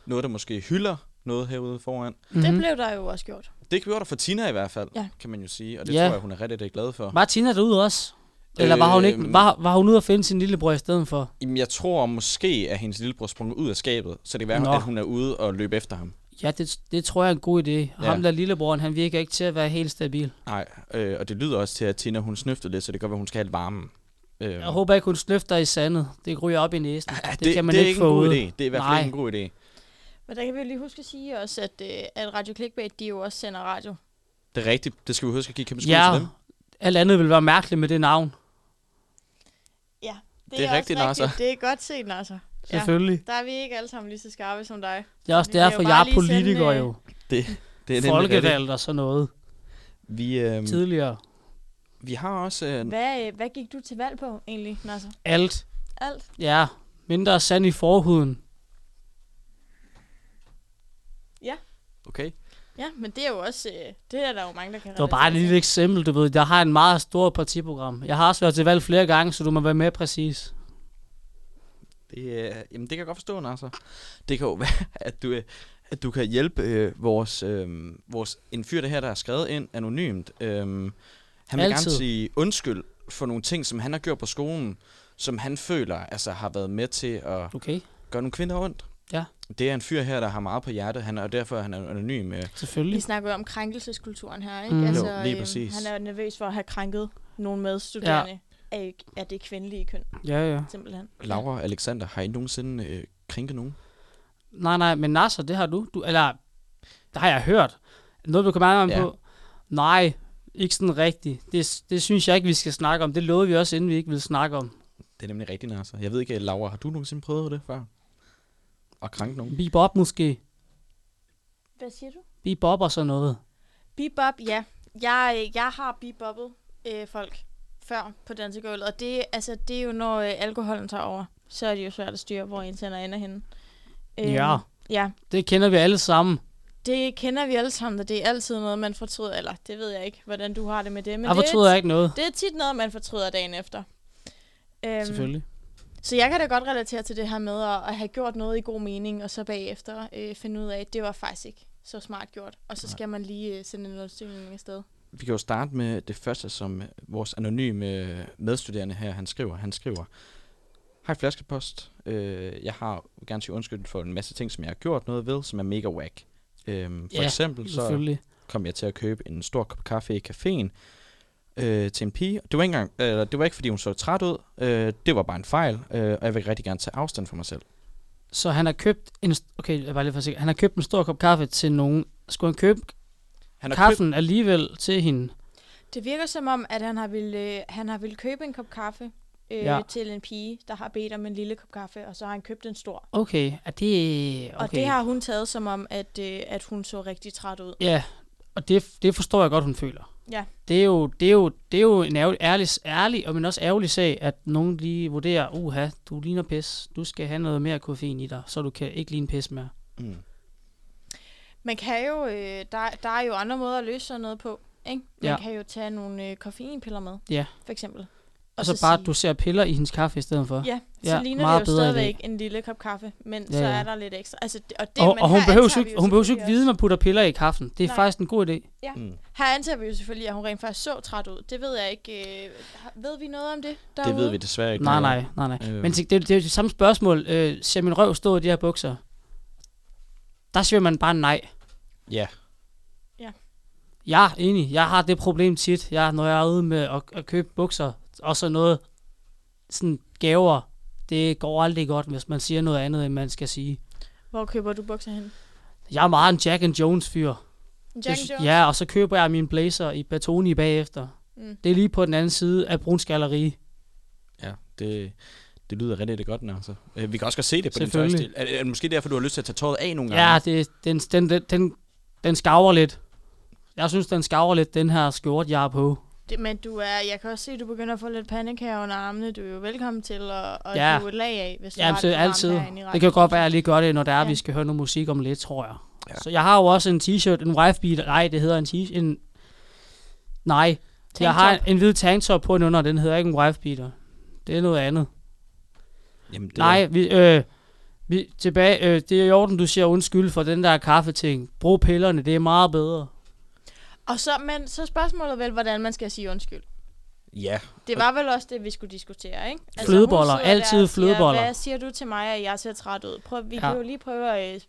[SPEAKER 2] Noget, der måske hylder noget herude foran.
[SPEAKER 1] Mm-hmm.
[SPEAKER 3] Det blev der jo også gjort.
[SPEAKER 2] Det gjorde der for Tina i hvert fald,
[SPEAKER 3] Ja.
[SPEAKER 2] kan man jo sige, og det
[SPEAKER 1] Ja.
[SPEAKER 2] tror jeg, hun er rigtig, rigtig glad for.
[SPEAKER 1] Var Tina derude også? Eller var hun, ikke,
[SPEAKER 2] Øhm.
[SPEAKER 1] var, var hun ude at finde sin lillebror i stedet for?
[SPEAKER 2] Jamen, jeg tror måske, at hendes lillebror sprang ud af skabet, så det kan være,
[SPEAKER 1] Nå.
[SPEAKER 2] at hun er ude og løbe efter ham.
[SPEAKER 1] Ja, det, det tror jeg er en god idé. Og
[SPEAKER 2] Ja.
[SPEAKER 1] ja. ham der lillebroren, han virker ikke til at være helt stabil.
[SPEAKER 2] Nej, øh, og det lyder også til, at Tina hun snøftede lidt, så det kan godt være, hun skal have lidt varmen. Øh,
[SPEAKER 1] Jeg håber ikke, hun snøfter i sandet. Det ryger op i næsen.
[SPEAKER 2] ja,
[SPEAKER 1] det kan man
[SPEAKER 2] det er
[SPEAKER 1] ikke
[SPEAKER 2] ikke
[SPEAKER 1] få
[SPEAKER 2] en god
[SPEAKER 1] ud.
[SPEAKER 2] idé. Det er i hvert fald
[SPEAKER 1] Nej.
[SPEAKER 2] ikke en god idé.
[SPEAKER 3] Men der kan vi jo lige huske at sige også, at, øh, at Radio Clickbait, de jo også sender radio.
[SPEAKER 2] Det er rigtigt. Det skal vi huske at give kæmpe skud
[SPEAKER 1] Ja,
[SPEAKER 2] til dem.
[SPEAKER 1] alt andet ville være mærkeligt med det navn.
[SPEAKER 3] Ja,
[SPEAKER 2] Det er
[SPEAKER 3] også
[SPEAKER 2] rigtigt, Nasser.
[SPEAKER 3] Det er godt set, Nasser. Ja,
[SPEAKER 1] Selvfølgelig.
[SPEAKER 3] der er vi ikke alle sammen lige så skarpe som dig.
[SPEAKER 1] Det er også
[SPEAKER 3] Vi kan jo
[SPEAKER 1] derfor,
[SPEAKER 3] bare
[SPEAKER 1] jeg er
[SPEAKER 3] lige sende,
[SPEAKER 1] politiker
[SPEAKER 3] øh,
[SPEAKER 1] jo.
[SPEAKER 2] Det er nemlig rigtigt.
[SPEAKER 1] Folkevalgt og sådan noget.
[SPEAKER 2] Vi, øh,
[SPEAKER 1] Tidligere.
[SPEAKER 2] vi har også... Øh,
[SPEAKER 3] Hvad, øh, hvad gik du til valg på egentlig, Nasser?
[SPEAKER 1] Alt.
[SPEAKER 3] Alt?
[SPEAKER 1] Ja. Mindre sand i forhuden.
[SPEAKER 2] okay.
[SPEAKER 3] Ja, men det er jo også, øh, det er der jo mange, der kan
[SPEAKER 1] Det var bare et lille eksempel, du ved. Jeg har en meget stor partiprogram. Jeg har også været til valg flere gange, så du må være mere præcis.
[SPEAKER 2] Det, øh, jamen, det kan jeg godt forstå, Nasser. Det kan jo være, at du, øh, at du kan hjælpe øh, vores, øh, vores... En fyr, der her, der har skrevet ind anonymt. Øh, han vil gerne
[SPEAKER 1] Altid.
[SPEAKER 2] sige undskyld for nogle ting, som han har gjort på skolen, som han føler altså har været med til at
[SPEAKER 1] Okay,
[SPEAKER 2] gøre nogle kvinder ondt.
[SPEAKER 1] Ja.
[SPEAKER 2] Det er en fyr her, der har meget på hjertet, han, er- og derfor er han anonym. Øh,
[SPEAKER 3] Vi
[SPEAKER 1] selvfølgelig.
[SPEAKER 3] snakker jo om krænkelseskulturen her, ikke?
[SPEAKER 1] Mm. Jo,
[SPEAKER 2] lige
[SPEAKER 3] øhm,
[SPEAKER 2] præcis.
[SPEAKER 3] Han er jo nervøs for at have krænket nogle medstuderende ja. af, af det kvindelige køn,
[SPEAKER 1] Ja, ja.
[SPEAKER 3] simpelthen.
[SPEAKER 2] Laura og Alexander, har I nogensinde øh, krænket nogen?
[SPEAKER 1] Nej, nej, men Nasser, det har du. du eller, det har jeg hørt. Noget, du kan meget
[SPEAKER 2] Ja.
[SPEAKER 1] ja. på. Nej, ikke sådan rigtigt. Det, det synes jeg ikke, vi skal snakke om. Det lovede vi også, inden vi ikke ville snakke om.
[SPEAKER 2] Det er nemlig rigtigt, Nasser. Jeg ved ikke, Laura, har du nogensinde prøvet det før? At krænke nogen?
[SPEAKER 1] Bebop måske.
[SPEAKER 3] Hvad siger du?
[SPEAKER 1] Bebop og sådan noget.
[SPEAKER 3] Bebop, ja. Jeg, øh, jeg har beboppet øh, folk før på dansegulvet, og det, altså, det er jo, når øh, alkoholen tager over, så er det jo svært at styre, hvor ens hænder ender henne. Øhm,
[SPEAKER 1] Ja.
[SPEAKER 3] Ja,
[SPEAKER 1] Det kender vi alle sammen.
[SPEAKER 3] det kender vi alle sammen, og det er altid noget, man fortryder, eller det ved jeg ikke, hvordan du har det med det, men
[SPEAKER 1] Jeg
[SPEAKER 3] det,
[SPEAKER 1] fortryder
[SPEAKER 3] er,
[SPEAKER 1] jeg ikke noget,
[SPEAKER 3] det er tit noget, man fortryder dagen efter. Øhm,
[SPEAKER 1] selvfølgelig.
[SPEAKER 3] Så jeg kan da godt relatere til det her med at, at have gjort noget i god mening, og så bagefter øh, finde ud af, at det var faktisk ikke så smart gjort. Og så skal man lige øh, sende en undskyldning afsted.
[SPEAKER 2] Vi kan jo starte med det første, som øh, vores anonyme øh, medstuderende her, han skriver. Han skriver, Hej Flaskepost. Øh, jeg har gerne sige undskyld for en masse ting, som jeg har gjort noget ved, som er mega whack. Øhm, for
[SPEAKER 1] Ja,
[SPEAKER 2] eksempel så
[SPEAKER 1] Selvfølgelig.
[SPEAKER 2] kom jeg til at købe en stor kop kaffe i caféen øh, til en pige. Det var, ikke engang, eller det var ikke, fordi hun så træt ud. Øh, det var bare en fejl, øh, og jeg vil rigtig gerne tage afstand fra mig selv.
[SPEAKER 1] Så han har købt en, st- okay, jeg var lige for sikker. Han har købt en stor kop kaffe til nogen. Skulle han købe
[SPEAKER 2] Han har
[SPEAKER 1] kaffen købt... alligevel til hende?
[SPEAKER 3] Det virker som om, at han har ville, øh, han har ville købe en kop kaffe øh,
[SPEAKER 1] Ja.
[SPEAKER 3] ja. til en pige, der har bedt om en lille kop kaffe, og så har han købt en stor.
[SPEAKER 1] Okay, er det okay?
[SPEAKER 3] Okay. Og det har hun taget som om, at, øh, at hun så rigtig træt ud.
[SPEAKER 1] Ja, og det, det forstår jeg godt hun føler.
[SPEAKER 3] Ja.
[SPEAKER 1] Det er jo det er jo det er jo en ærgerlig, ærlig, ærlig og men også ærgerlig sag at nogen lige vurderer, uha, du ligner pis. Du skal have noget mere koffein i dig, så du kan ikke ligne pis mere.
[SPEAKER 2] Mm.
[SPEAKER 3] Man kan jo, øh, der, der er jo andre måder at løse sådan noget på. Ikke? Man
[SPEAKER 1] Ja.
[SPEAKER 3] ja. kan jo tage nogle øh, koffeinpiller med,
[SPEAKER 1] Ja.
[SPEAKER 3] for eksempel.
[SPEAKER 1] Og så, bare
[SPEAKER 3] sige-
[SPEAKER 1] du ser piller i hendes kaffe i stedet for.
[SPEAKER 3] Ja, så
[SPEAKER 1] Ja,
[SPEAKER 3] ja, ligner
[SPEAKER 1] meget
[SPEAKER 3] det jo
[SPEAKER 1] bedre
[SPEAKER 3] stadigvæk en lille kop kaffe, men ja,
[SPEAKER 1] Ja,
[SPEAKER 3] så
[SPEAKER 1] ja.
[SPEAKER 3] er der lidt ekstra. Altså, det- og, det,
[SPEAKER 1] og,
[SPEAKER 3] men
[SPEAKER 1] og hun
[SPEAKER 3] her
[SPEAKER 1] behøver
[SPEAKER 3] antager vi
[SPEAKER 1] ikke, hun behøver jo ikke vide, at
[SPEAKER 3] selvfølgelig
[SPEAKER 1] man putter piller i kaffen. Det er
[SPEAKER 3] Nej.
[SPEAKER 1] faktisk en god idé.
[SPEAKER 2] Mm.
[SPEAKER 3] også- Her antager vi jo selvfølgelig, at hun rent faktisk så træt ud. Det ved jeg ikke. Øh, har- ved vi noget om det derude?
[SPEAKER 2] Det ved vi desværre ikke.
[SPEAKER 1] Nej,
[SPEAKER 2] noget om.
[SPEAKER 1] nej, nej, nej.
[SPEAKER 2] Øhm.
[SPEAKER 1] Men se, det, er jo- det er jo det samme spørgsmål. Øh, ser min røv stå i de her bukser? Der siger man bare nej.
[SPEAKER 2] Ja,
[SPEAKER 1] Ja, enig. Jeg har det problem tit. Jeg, når jeg er ude med at, at købe bukser og sådan noget, sådan gaver, det går aldrig godt, hvis man siger noget andet, end man skal sige.
[SPEAKER 3] Hvor køber du bukser hen?
[SPEAKER 1] Jeg er meget en Jack and Jones fyr. Jeg
[SPEAKER 3] Jack
[SPEAKER 1] sy-
[SPEAKER 3] Jones?
[SPEAKER 1] Ja, og så køber jeg min blazer i Batoni bagefter.
[SPEAKER 3] Mm.
[SPEAKER 1] Det er lige på den anden side af brunskalleri.
[SPEAKER 2] Ja, det, det lyder rigtig rigtig godt, altså. Øh, vi kan også godt se det på den
[SPEAKER 1] Selvfølgelig.
[SPEAKER 2] tøjstil. Er, er det måske derfor, du har lyst til at tage tøjet af nogle gange?
[SPEAKER 1] Ja, det, den, den, den, den, den skaver lidt. Jeg synes, den skaver lidt, den her skjort, jeg har på.
[SPEAKER 3] Det, men du er, jeg kan også se, at du begynder at få lidt panik her under armene. Du er jo velkommen til at, at
[SPEAKER 1] Ja.
[SPEAKER 3] ja. hive et lag af, hvis du
[SPEAKER 1] Jamen,
[SPEAKER 3] har
[SPEAKER 1] så
[SPEAKER 3] det
[SPEAKER 1] altid.
[SPEAKER 3] herinde i
[SPEAKER 1] Det kan
[SPEAKER 3] radioen.
[SPEAKER 1] godt være, at jeg lige gør det, når der er,
[SPEAKER 3] Ja.
[SPEAKER 1] vi skal høre noget musik om lidt, tror jeg.
[SPEAKER 2] Ja.
[SPEAKER 1] Så jeg har jo også en t-shirt, en wife beater. Nej, det hedder en t-shirt. En... Nej, tanktop. jeg har en, en hvid tanktop på under, den hedder ikke en wife beater. Det er noget andet.
[SPEAKER 2] Jamen, det
[SPEAKER 1] Nej, vi, øh, vi, tilbage, øh, det er i orden, du siger undskyld for den der kaffeting. Brug pillerne, det er meget bedre.
[SPEAKER 3] Og så, men så er spørgsmålet vel, hvordan man skal sige undskyld.
[SPEAKER 2] Ja,
[SPEAKER 3] Det var vel også det, vi skulle diskutere, ikke? hun
[SPEAKER 1] Flødeboller,
[SPEAKER 3] sidder der
[SPEAKER 1] altid
[SPEAKER 3] og siger,
[SPEAKER 1] flødeboller.
[SPEAKER 3] Hvad siger du til mig, at jeg ser træt ud? Prøv, vi
[SPEAKER 1] Ja.
[SPEAKER 3] ja. kan jo lige prøve at... øh,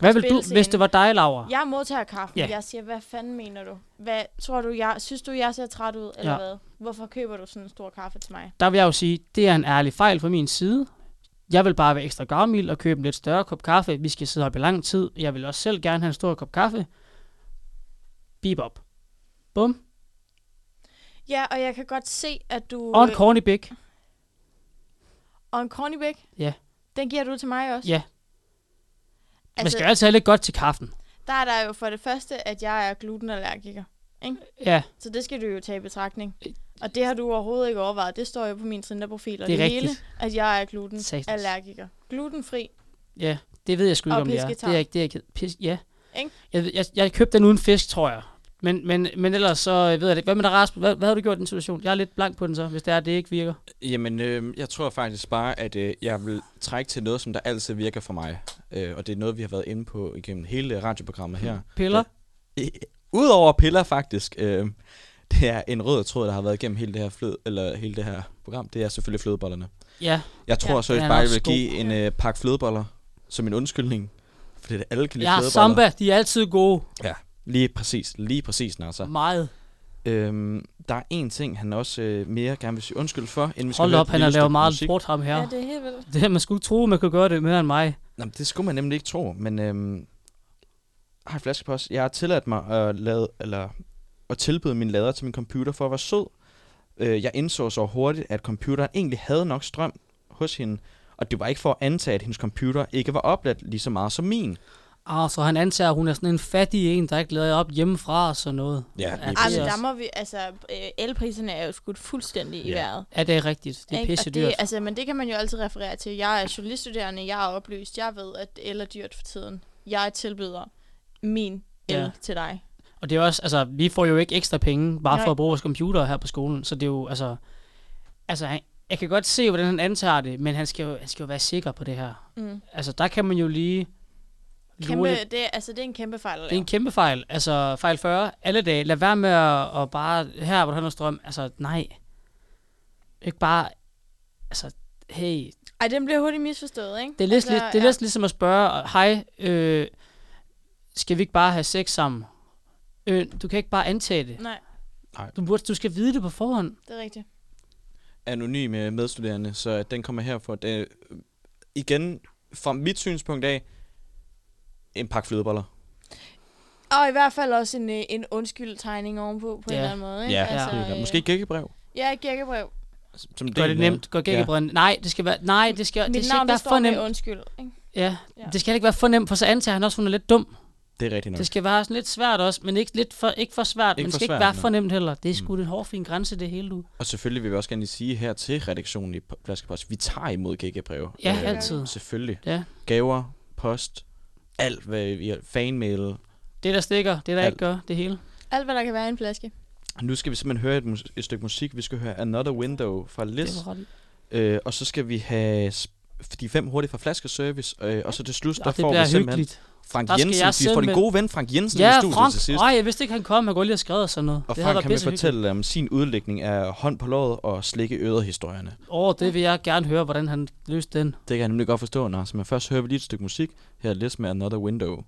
[SPEAKER 1] Hvad vil du,
[SPEAKER 3] Spilscenen.
[SPEAKER 1] hvis det var dig, Laura?
[SPEAKER 3] Jeg modtager kaffen.
[SPEAKER 1] Ja.
[SPEAKER 3] Ja. Jeg siger, hvad fanden mener du? Hvad tror du, jeg... Synes du, jeg ser træt ud, eller
[SPEAKER 1] Ja.
[SPEAKER 3] ja. hvad? Hvorfor køber du sådan en stor kaffe til mig?
[SPEAKER 1] Der vil jeg jo sige, det er en ærlig fejl fra min side. Jeg vil bare være ekstra gavmild og købe en lidt større kop kaffe. Vi skal sidde op i lang tid. Jeg vil også selv gerne have en stor kop kaffe. Beep op. Bum.
[SPEAKER 3] Ja, og jeg kan godt se, at du... øh,
[SPEAKER 1] Og en corny big.
[SPEAKER 3] og en corny bag.
[SPEAKER 1] Ja.
[SPEAKER 3] Den giver du til mig også.
[SPEAKER 1] Ja. Man skal
[SPEAKER 3] Altså,
[SPEAKER 1] jo altid have lidt godt til kaffen.
[SPEAKER 3] der er der jo for det første, at jeg er glutenallergiker.
[SPEAKER 1] Ja, Øh,
[SPEAKER 3] Så det skal du jo tage i betragtning. Og det har du overhovedet ikke overvejet. Det står jo på min Tinder-profil, og
[SPEAKER 1] Det
[SPEAKER 3] det,
[SPEAKER 1] er
[SPEAKER 3] det hele,
[SPEAKER 1] rigtigt.
[SPEAKER 3] at jeg er glutenallergiker.
[SPEAKER 1] Satans.
[SPEAKER 3] Glutenfri.
[SPEAKER 1] ja. Det ved jeg sgu ikke,
[SPEAKER 3] Og
[SPEAKER 1] om jeg er. Det
[SPEAKER 3] pisketar.
[SPEAKER 1] er ikke, det er ikke. Pis, ja.
[SPEAKER 3] Ikke?
[SPEAKER 1] Jeg, ved- jeg, jeg købte den uden fisk, tror jeg. Men, men, men ellers så øh, ved jeg det. ikke. Hvad med dig, Rasmus? Hvad, hvad har du gjort i den situation? Jeg er lidt blank på den så, hvis det er, at det ikke virker.
[SPEAKER 2] Jamen, øh, jeg tror faktisk bare, at øh, jeg vil trække til noget, som der altid virker for mig. Øh, og det er noget, vi har været inde på igennem hele radioprogrammet her.
[SPEAKER 1] Piller?
[SPEAKER 2] Øh, Udover piller faktisk, øh, det er en rød tråd, der har været igennem hele det her, flød, eller hele det her program. Det er selvfølgelig flødebollerne.
[SPEAKER 1] Ja.
[SPEAKER 2] Jeg tror
[SPEAKER 3] Ja,
[SPEAKER 2] ja, så
[SPEAKER 1] den er
[SPEAKER 2] bare, jeg
[SPEAKER 1] også
[SPEAKER 2] vil
[SPEAKER 1] god.
[SPEAKER 2] give en øh, pakke flødeboller som en undskyldning. Fordi det, alle kan lide
[SPEAKER 1] Ja,
[SPEAKER 2] flødeboller.
[SPEAKER 1] samba, de er altid gode.
[SPEAKER 2] Ja, lige præcis. Lige præcis, Nasser.
[SPEAKER 1] Meget.
[SPEAKER 2] Øhm, der er en ting, han også øh, mere gerne vil sige undskyld for, inden vi skal
[SPEAKER 1] Hold
[SPEAKER 2] høre
[SPEAKER 1] op,
[SPEAKER 2] et
[SPEAKER 1] han
[SPEAKER 2] lille
[SPEAKER 1] har lavet
[SPEAKER 2] stykke
[SPEAKER 1] meget
[SPEAKER 2] musik.
[SPEAKER 1] sport ham her.
[SPEAKER 3] Ja, det er helt vildt.
[SPEAKER 1] Det her, man skulle tro, man kunne gøre det mere end mig.
[SPEAKER 2] Nå, men det skulle man nemlig ikke tro, men øhm, har en flaske på os. Jeg har tilladt mig at, lade, eller, at tilbyde min lader til min computer for at være sød. Øh, jeg indså så hurtigt, at computeren egentlig havde nok strøm hos hende, og det var ikke for at antage, at hendes computer ikke var opladt lige så meget som min.
[SPEAKER 1] Ah, så han antager, at hun er sådan en fattig en, der ikke lader op hjemmefra og sådan noget.
[SPEAKER 2] Ja, lige
[SPEAKER 1] det
[SPEAKER 3] Ej,
[SPEAKER 2] præcis.
[SPEAKER 1] er,
[SPEAKER 3] men der
[SPEAKER 1] også-
[SPEAKER 3] må vi, altså, øh, elpriserne er jo skudt fuldstændig i
[SPEAKER 2] Ja.
[SPEAKER 3] vejret.
[SPEAKER 1] ja, det er rigtigt. Det er
[SPEAKER 3] ikke? Og
[SPEAKER 1] pisse dyrt.
[SPEAKER 3] Det, altså, men det kan man jo altid referere til. Jeg er journaliststuderende, jeg er oplyst, jeg ved, at el er dyrt for tiden. Jeg tilbyder min el
[SPEAKER 1] Ja.
[SPEAKER 3] ja. til dig.
[SPEAKER 1] Og det er også, altså, vi får jo ikke ekstra penge, bare Nej.
[SPEAKER 3] Nej.
[SPEAKER 1] for at bruge vores computer her på skolen. Så det er jo, altså... Altså, han, jeg kan godt se, hvordan han antager det, men han skal jo, han skal jo være sikker på det her.
[SPEAKER 3] Mm.
[SPEAKER 1] Altså, der kan man jo lige... lure
[SPEAKER 3] Kæmpe,
[SPEAKER 1] lidt.
[SPEAKER 3] det, er- altså, det er en kæmpe fejl at
[SPEAKER 1] Det er en
[SPEAKER 3] lave.
[SPEAKER 1] kæmpe fejl. Altså, fejl 40. Alle dage. Lad være med at, at bare... Her, hvor der er noget strøm. Altså, nej. Ikke bare... Altså, hey.
[SPEAKER 3] Ej, den bliver hurtigt misforstået, ikke?
[SPEAKER 1] Det er, lidt, altså, det er lidt ligesom at spørge, hej, øh, skal vi ikke bare have sex sammen? Øh, du kan ikke bare antage det.
[SPEAKER 3] Nej,
[SPEAKER 1] Du, burde, du skal vide det på forhånd.
[SPEAKER 3] det er rigtigt.
[SPEAKER 2] anonyme medstuderende, så den kommer her for det, igen fra mit synspunkt af en pakke flødeboller.
[SPEAKER 3] Og i hvert fald også en, øh, en undskyld-tegning ovenpå, på
[SPEAKER 1] Ja.
[SPEAKER 3] en eller anden måde, ikke?
[SPEAKER 2] Ja,
[SPEAKER 1] altså,
[SPEAKER 2] altså, øh... måske et gækkebrev.
[SPEAKER 3] Ja, et gækkebrev.
[SPEAKER 2] Som
[SPEAKER 1] Gør det
[SPEAKER 2] del af-
[SPEAKER 1] nemt. Gør gækkebrænd. Ja. Nej, det skal være... Nej, det skal, det
[SPEAKER 3] Mit
[SPEAKER 1] skal
[SPEAKER 3] navn,
[SPEAKER 1] ikke
[SPEAKER 3] der
[SPEAKER 1] være for
[SPEAKER 3] står
[SPEAKER 1] nemt.
[SPEAKER 3] med undskyld, ikke?
[SPEAKER 1] Ja,
[SPEAKER 3] Ja.
[SPEAKER 1] det skal ikke være for nemt, for så antager han også, hun er lidt dum.
[SPEAKER 2] Det er rigtigt nok.
[SPEAKER 1] Det skal være sådan lidt svært også, men ikke, lidt for, ikke for svært, ikke
[SPEAKER 2] Ikke
[SPEAKER 1] men det
[SPEAKER 2] for
[SPEAKER 1] skal ikke
[SPEAKER 2] svært,
[SPEAKER 1] være
[SPEAKER 2] nej.
[SPEAKER 1] for nemt heller. Det er sgu mm. en hård, fin grænse, det hele, du.
[SPEAKER 2] Og selvfølgelig vil vi også gerne lige sige her til redaktionen i P- Flaskepost, vi tager imod gækkebreve.
[SPEAKER 1] Ja, altid.
[SPEAKER 2] Selvfølgelig.
[SPEAKER 1] Ja.
[SPEAKER 2] Gaver, post, alt hvad vi har, fanmail.
[SPEAKER 1] Det, der stikker, det, der
[SPEAKER 2] Alt.
[SPEAKER 1] ikke gør, det hele.
[SPEAKER 3] Alt, hvad der kan være i en flaske.
[SPEAKER 2] Nu skal vi simpelthen høre et, mus- et stykke musik. Vi skal høre Another Window fra Liz.
[SPEAKER 1] Det var ret.
[SPEAKER 2] Øh, og så skal vi have s- de fem hurtige fra flaskeservice. Øh, og så til slut, der
[SPEAKER 1] Og det
[SPEAKER 2] får vi
[SPEAKER 1] bliver
[SPEAKER 2] simpelthen
[SPEAKER 1] hyggeligt.
[SPEAKER 2] Frank
[SPEAKER 1] Der skal
[SPEAKER 2] Jensen. Vi
[SPEAKER 1] jeg
[SPEAKER 2] får din
[SPEAKER 1] simpelthen-
[SPEAKER 2] gode ven Frank Jensen
[SPEAKER 1] Ja,
[SPEAKER 2] i studiet
[SPEAKER 1] Frank.
[SPEAKER 2] til sidst.
[SPEAKER 1] Nej, jeg vidste ikke, han kom. Han kunne lige have skrevet og sådan noget.
[SPEAKER 2] Og
[SPEAKER 1] det
[SPEAKER 2] Frank kan vil
[SPEAKER 1] pissehyggeligt.
[SPEAKER 2] fortælle om sin udlægning af hånd på låret og slikke øret historierne.
[SPEAKER 1] Åh, oh, det vil jeg gerne høre, hvordan han løste den.
[SPEAKER 2] Det kan jeg nemlig godt forstå, når. Så men først hører vi lige et stykke musik. Her er Liz med Another Window.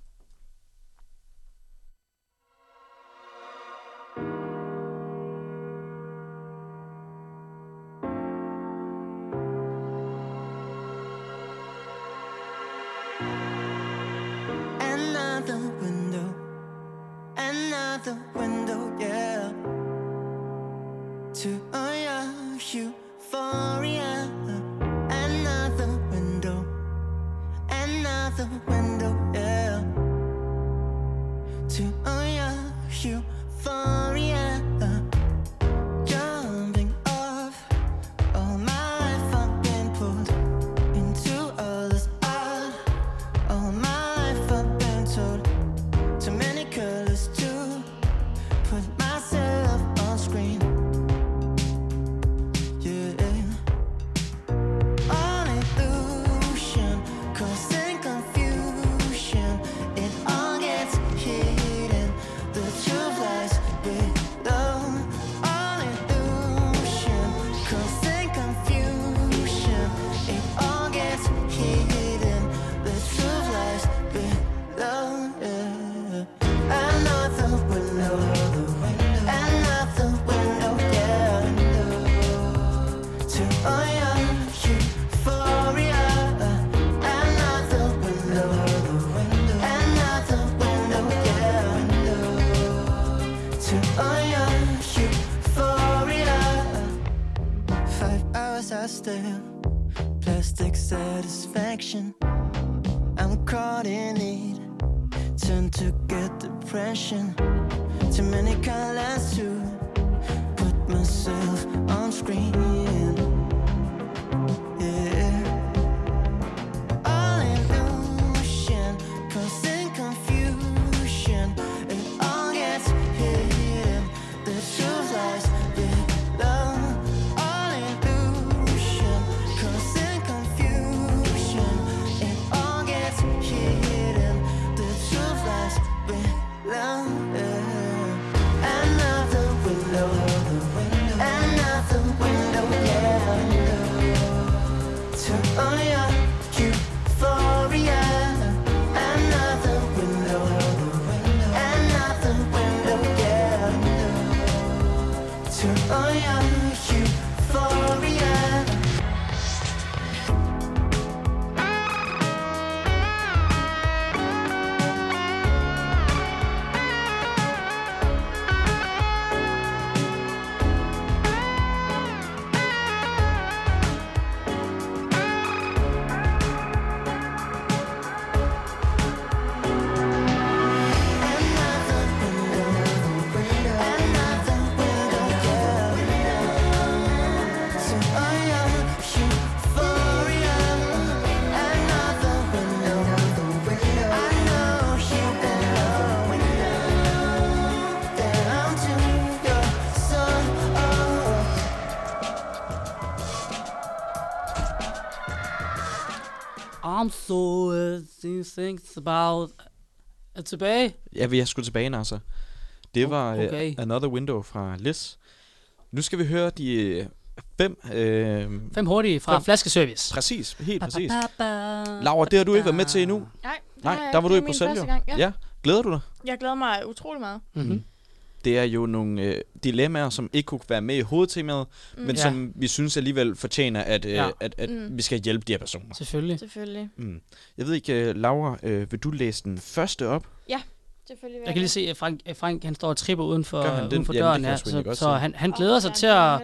[SPEAKER 10] Another window, out the window, yeah. To all your euphoria. Another window, another window, yeah. To all your euphoria. Jumping off, all my fucking pulled into others' art. All my fucking told too many colors to put myself on screen. Yeah. All illusion, causing confusion. It all gets hidden. The truth lies below. All illusion, causing confusion. It all gets hidden. The truth lies below. Yeah. Another window. Another window, yeah. To all your euphoria. Another window. Another window, yeah. To all your euphoria. Five hours I stare. Plastic satisfaction. I'm caught in it tend to get depression. Too many colors to put myself on screen. Yeah. All illusion, causing confusion. It all gets hidden. The truth lies below. All illusion, causing confusion. It all gets hidden. The truth lies below. Another window, another window, yeah. To all your euphoria. Another window, another window, yeah. To all your euphoria. oh.
[SPEAKER 1] I'm so uh, do things about... Er tilbage?
[SPEAKER 2] Ja, vi er sgu tilbage, Nasser. Det var øh,
[SPEAKER 1] okay.
[SPEAKER 2] Another Window fra Liz. Nu skal vi høre de øh, fem... Øh,
[SPEAKER 1] Fem hurtige fra
[SPEAKER 2] Fem.
[SPEAKER 1] Flaskeservice.
[SPEAKER 2] præcis, helt præcis.
[SPEAKER 1] Lav.
[SPEAKER 2] Laura, det har du ikke været med til endnu.
[SPEAKER 3] Nej,
[SPEAKER 2] Nej,
[SPEAKER 3] det er-
[SPEAKER 2] der var du
[SPEAKER 3] det er
[SPEAKER 2] i
[SPEAKER 3] min
[SPEAKER 2] Bruxelles, jo.
[SPEAKER 3] første Gang. Ja. Mhm.
[SPEAKER 2] Ja, glæder du dig?
[SPEAKER 3] Jeg glæder mig utrolig meget.
[SPEAKER 1] Mm-hmm.
[SPEAKER 2] Det er jo nogle øh, dilemmaer, som ikke kunne være med i hovedtemaet, mm. men
[SPEAKER 1] Ja.
[SPEAKER 2] ja. som vi synes alligevel fortjener, at, øh,
[SPEAKER 1] Ja.
[SPEAKER 2] ja. at, at
[SPEAKER 3] Mm.
[SPEAKER 2] mm. vi skal hjælpe de her personer.
[SPEAKER 1] Selvfølgelig.
[SPEAKER 3] Selvfølgelig.
[SPEAKER 2] Mm. Jeg ved ikke, øh, Laura, øh, vil du læse den første op?
[SPEAKER 3] Selvfølgelig vil
[SPEAKER 1] Jeg kan lige se, at Frank, at Frank han står og tripper uden for,
[SPEAKER 2] Gør han det?
[SPEAKER 1] uden for
[SPEAKER 2] Jamen, det
[SPEAKER 1] døren
[SPEAKER 2] kan
[SPEAKER 1] her,
[SPEAKER 2] jeg sgu
[SPEAKER 1] så,
[SPEAKER 2] egentlig godt
[SPEAKER 1] så
[SPEAKER 2] se.
[SPEAKER 1] han, han glæder sig til at...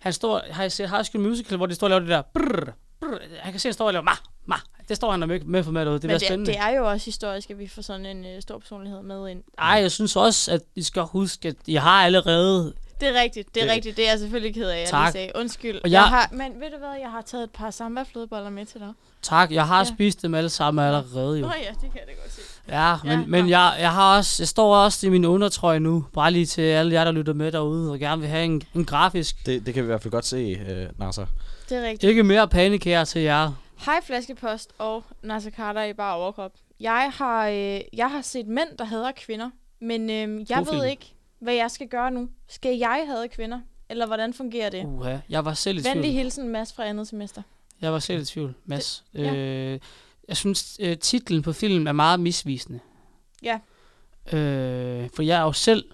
[SPEAKER 1] Han står, har I set High School Musical, hvor de står og laver det der brrr, brrr. Han kan se, at han står og laver ma, ma. Det står han og med, med for med derude. Det
[SPEAKER 3] Det
[SPEAKER 1] bliver
[SPEAKER 3] Men det, er-
[SPEAKER 1] spændende.
[SPEAKER 3] det er jo også historisk, at vi får sådan en øh, stor personlighed med ind.
[SPEAKER 1] Ej, jeg synes også, at I skal huske, at I har allerede...
[SPEAKER 3] Det er rigtigt, det er
[SPEAKER 2] Det-
[SPEAKER 3] rigtigt. Det er jeg selvfølgelig ked af, jeg
[SPEAKER 1] Tak.
[SPEAKER 3] lige sagde. Undskyld.
[SPEAKER 1] Og
[SPEAKER 3] Og
[SPEAKER 1] jeg-
[SPEAKER 3] jeg... Jeg har, men ved du hvad, jeg har taget et par samba-flødeboller med til dig.
[SPEAKER 1] Tak, jeg har ja.
[SPEAKER 3] Ja.
[SPEAKER 1] spist dem alle sammen allerede jo.
[SPEAKER 3] Nå ja, det kan jeg da godt se.
[SPEAKER 1] Ja, men, ja,
[SPEAKER 3] Ja,
[SPEAKER 1] men
[SPEAKER 3] nå.
[SPEAKER 1] jeg, jeg, har også, jeg står også i min undertrøje nu, bare lige til alle jer, der lytter med derude, og gerne vil have en, en grafisk.
[SPEAKER 2] Det, det kan vi i hvert fald godt se, øh, Nasser.
[SPEAKER 3] Det er rigtigt.
[SPEAKER 1] Ikke mere panik her til jer.
[SPEAKER 3] Hej flaskepost og Nasser Carter i bare overkrop. Jeg har, øh, jeg har set mænd, der hader kvinder, men øh, jeg
[SPEAKER 1] God
[SPEAKER 3] ved
[SPEAKER 1] film.
[SPEAKER 3] ikke, hvad jeg skal gøre nu. Skal jeg hade kvinder, eller hvordan fungerer det?
[SPEAKER 1] Uha, jeg var selv i tvivl.
[SPEAKER 3] Venlig hilsen, Mads fra andet semester.
[SPEAKER 1] Jeg var selv i tvivl, Mads. Det,
[SPEAKER 3] ja.
[SPEAKER 1] øh, jeg synes, øh, titlen på filmen er meget misvisende.
[SPEAKER 3] Ja.
[SPEAKER 1] Øh, for jeg er jo selv,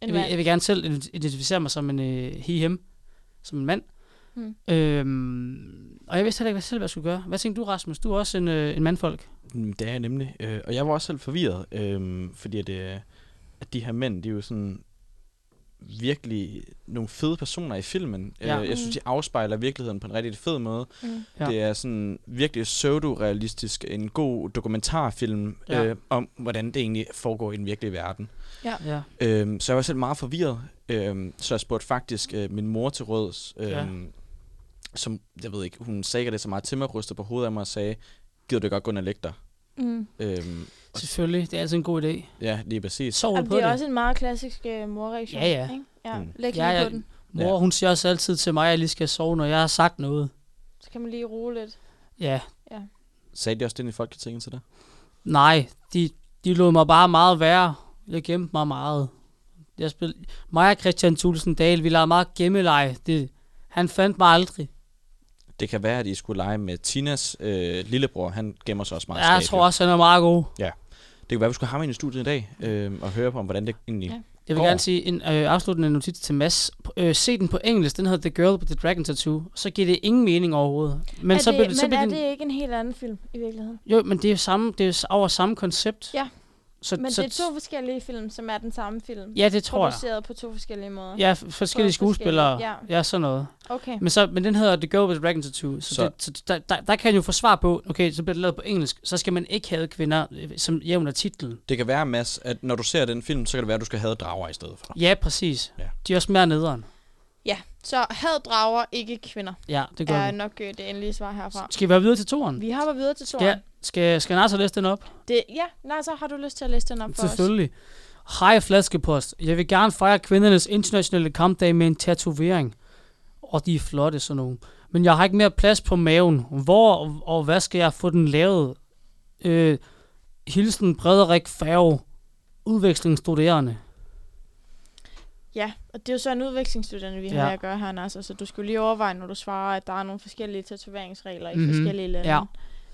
[SPEAKER 1] jeg
[SPEAKER 3] En
[SPEAKER 1] vil,
[SPEAKER 3] mand.
[SPEAKER 1] jeg vil gerne selv ident- identificere mig som en øh, he-him, som en mand.
[SPEAKER 3] Hmm.
[SPEAKER 1] Øhm, og jeg vidste heller ikke hvad selv, hvad jeg skulle gøre. Hvad tænkte du, Rasmus? Du er også en, øh, en mandfolk.
[SPEAKER 2] Mm, Det er jeg nemlig. Øh, og jeg var også selv forvirret, øh, fordi at, øh, at de her mænd, de er jo sådan virkelig nogle fede personer i filmen.
[SPEAKER 1] Ja.
[SPEAKER 2] Ja. Jeg synes, de afspejler virkeligheden på en rigtig fed måde.
[SPEAKER 3] Mm.
[SPEAKER 1] Ja.
[SPEAKER 2] Ja. Det er sådan virkelig pseudo-realistisk, en god dokumentarfilm
[SPEAKER 1] Ja.
[SPEAKER 2] ja. øh, om, hvordan det egentlig foregår i den virkelige verden.
[SPEAKER 1] Ja.
[SPEAKER 2] Øhm, så jeg var selv meget forvirret, øhm, så jeg spurgte faktisk øh, min mor til råds, øhm,
[SPEAKER 1] Ja.
[SPEAKER 2] som, jeg ved ikke, hun sagde det så meget til mig, rystede på hovedet af mig og sagde, gider du godt gå ind og lægge dig?
[SPEAKER 3] Mm.
[SPEAKER 2] Øhm,
[SPEAKER 1] Selvfølgelig, det er altid en god idé.
[SPEAKER 2] ja, lige præcis.
[SPEAKER 1] Sov
[SPEAKER 3] Jamen,
[SPEAKER 1] på
[SPEAKER 3] det
[SPEAKER 1] det.
[SPEAKER 3] er også en meget klassisk uh, morreaktion.
[SPEAKER 1] Ja, ja.
[SPEAKER 3] Ikke? ja.
[SPEAKER 2] Mm.
[SPEAKER 3] Læg
[SPEAKER 1] Ja,
[SPEAKER 3] lige
[SPEAKER 1] ja.
[SPEAKER 3] på den.
[SPEAKER 1] Mor,
[SPEAKER 2] Ja.
[SPEAKER 1] hun siger også altid til mig, at jeg lige skal sove, når jeg har sagt noget.
[SPEAKER 3] Så kan man lige roe lidt.
[SPEAKER 1] Ja,
[SPEAKER 2] Sagde de også det ind i Folketinget til dig?
[SPEAKER 1] nej, de, de lod mig bare meget være. Jeg gemte mig meget. Jeg spil... Mig og Christian Thulsen Dahl, vi lavede meget gemmeleje. Det... Han fandt mig aldrig.
[SPEAKER 2] Det kan være, at I skulle lege med Tinas øh, lillebror, han gemmer sig også meget
[SPEAKER 1] Ja, jeg
[SPEAKER 2] skab,
[SPEAKER 1] tror
[SPEAKER 2] jo.
[SPEAKER 1] også, han er meget god.
[SPEAKER 2] Det kan være, at vi skulle have ham ind i studiet i dag øh, og høre på, om hvordan det egentlig...
[SPEAKER 3] Ja.
[SPEAKER 2] Ja.
[SPEAKER 1] Jeg vil
[SPEAKER 2] Går.
[SPEAKER 1] gerne sige en øh, afsluttende notit til Mads. P- Øh, se den på engelsk. Den hedder The Girl with the Dragon Tattoo. Så giver det ingen mening overhovedet. Men,
[SPEAKER 3] er
[SPEAKER 1] så,
[SPEAKER 3] det,
[SPEAKER 1] blev-
[SPEAKER 3] men
[SPEAKER 1] så blev
[SPEAKER 3] er
[SPEAKER 1] den-
[SPEAKER 3] det ikke en helt anden film i virkeligheden?
[SPEAKER 1] Jo, men det er jo samme, det er jo s- over samme koncept.
[SPEAKER 3] Ja.
[SPEAKER 1] Så,
[SPEAKER 3] Men
[SPEAKER 1] så,
[SPEAKER 3] det er to forskellige film, som er den samme film.
[SPEAKER 1] Ja, det tror jeg.
[SPEAKER 3] produceret på to forskellige måder.
[SPEAKER 1] Ja, f- forskellige
[SPEAKER 3] På
[SPEAKER 1] skuespillere.
[SPEAKER 3] forskellige-
[SPEAKER 1] ja. ja, sådan noget.
[SPEAKER 3] Okay.
[SPEAKER 1] Men, så, men den hedder The Girl with the Dragon Tattoo. Så, så.
[SPEAKER 2] Så-
[SPEAKER 1] Det, så der, der, der, kan jeg jo få svar på, okay, så bliver det lavet på engelsk. Så skal man ikke have kvinder, øh, som jævner titlen.
[SPEAKER 2] Det kan være, Mads, at når du ser den film, så kan det være, at du skal have drager i stedet for.
[SPEAKER 1] Ja, præcis.
[SPEAKER 2] Ja.
[SPEAKER 1] De er også mere nederen.
[SPEAKER 3] Ja, så had drager, ikke kvinder,
[SPEAKER 1] Ja, det gør
[SPEAKER 3] er
[SPEAKER 1] vi.
[SPEAKER 3] nok øh, det endelige svar herfra.
[SPEAKER 1] Skal vi være videre til toren?
[SPEAKER 3] Vi hopper videre til Soren.
[SPEAKER 1] Ja, skal, skal Nasser læse den op?
[SPEAKER 3] Det, ja, nej, så har du lyst til at læse den op for os.
[SPEAKER 1] Selvfølgelig. Hej flaskepost. Jeg vil gerne fejre kvindernes internationale kampdag med en tatovering. Og de er flotte, sådan nogle. Men jeg har ikke mere plads på maven. Hvor og hvad skal jeg få den lavet? Øh, hilsen Frederik Færge. Udvekslingsstuderende.
[SPEAKER 3] Ja, og det er jo så en udvekslingsstuderende, vi har
[SPEAKER 1] Ja.
[SPEAKER 3] med at gøre her, Anders. Altså, du skulle lige overveje, når du svarer, at der er nogle forskellige tatoveringsregler i
[SPEAKER 1] Mhm,
[SPEAKER 3] forskellige lande.
[SPEAKER 1] ja.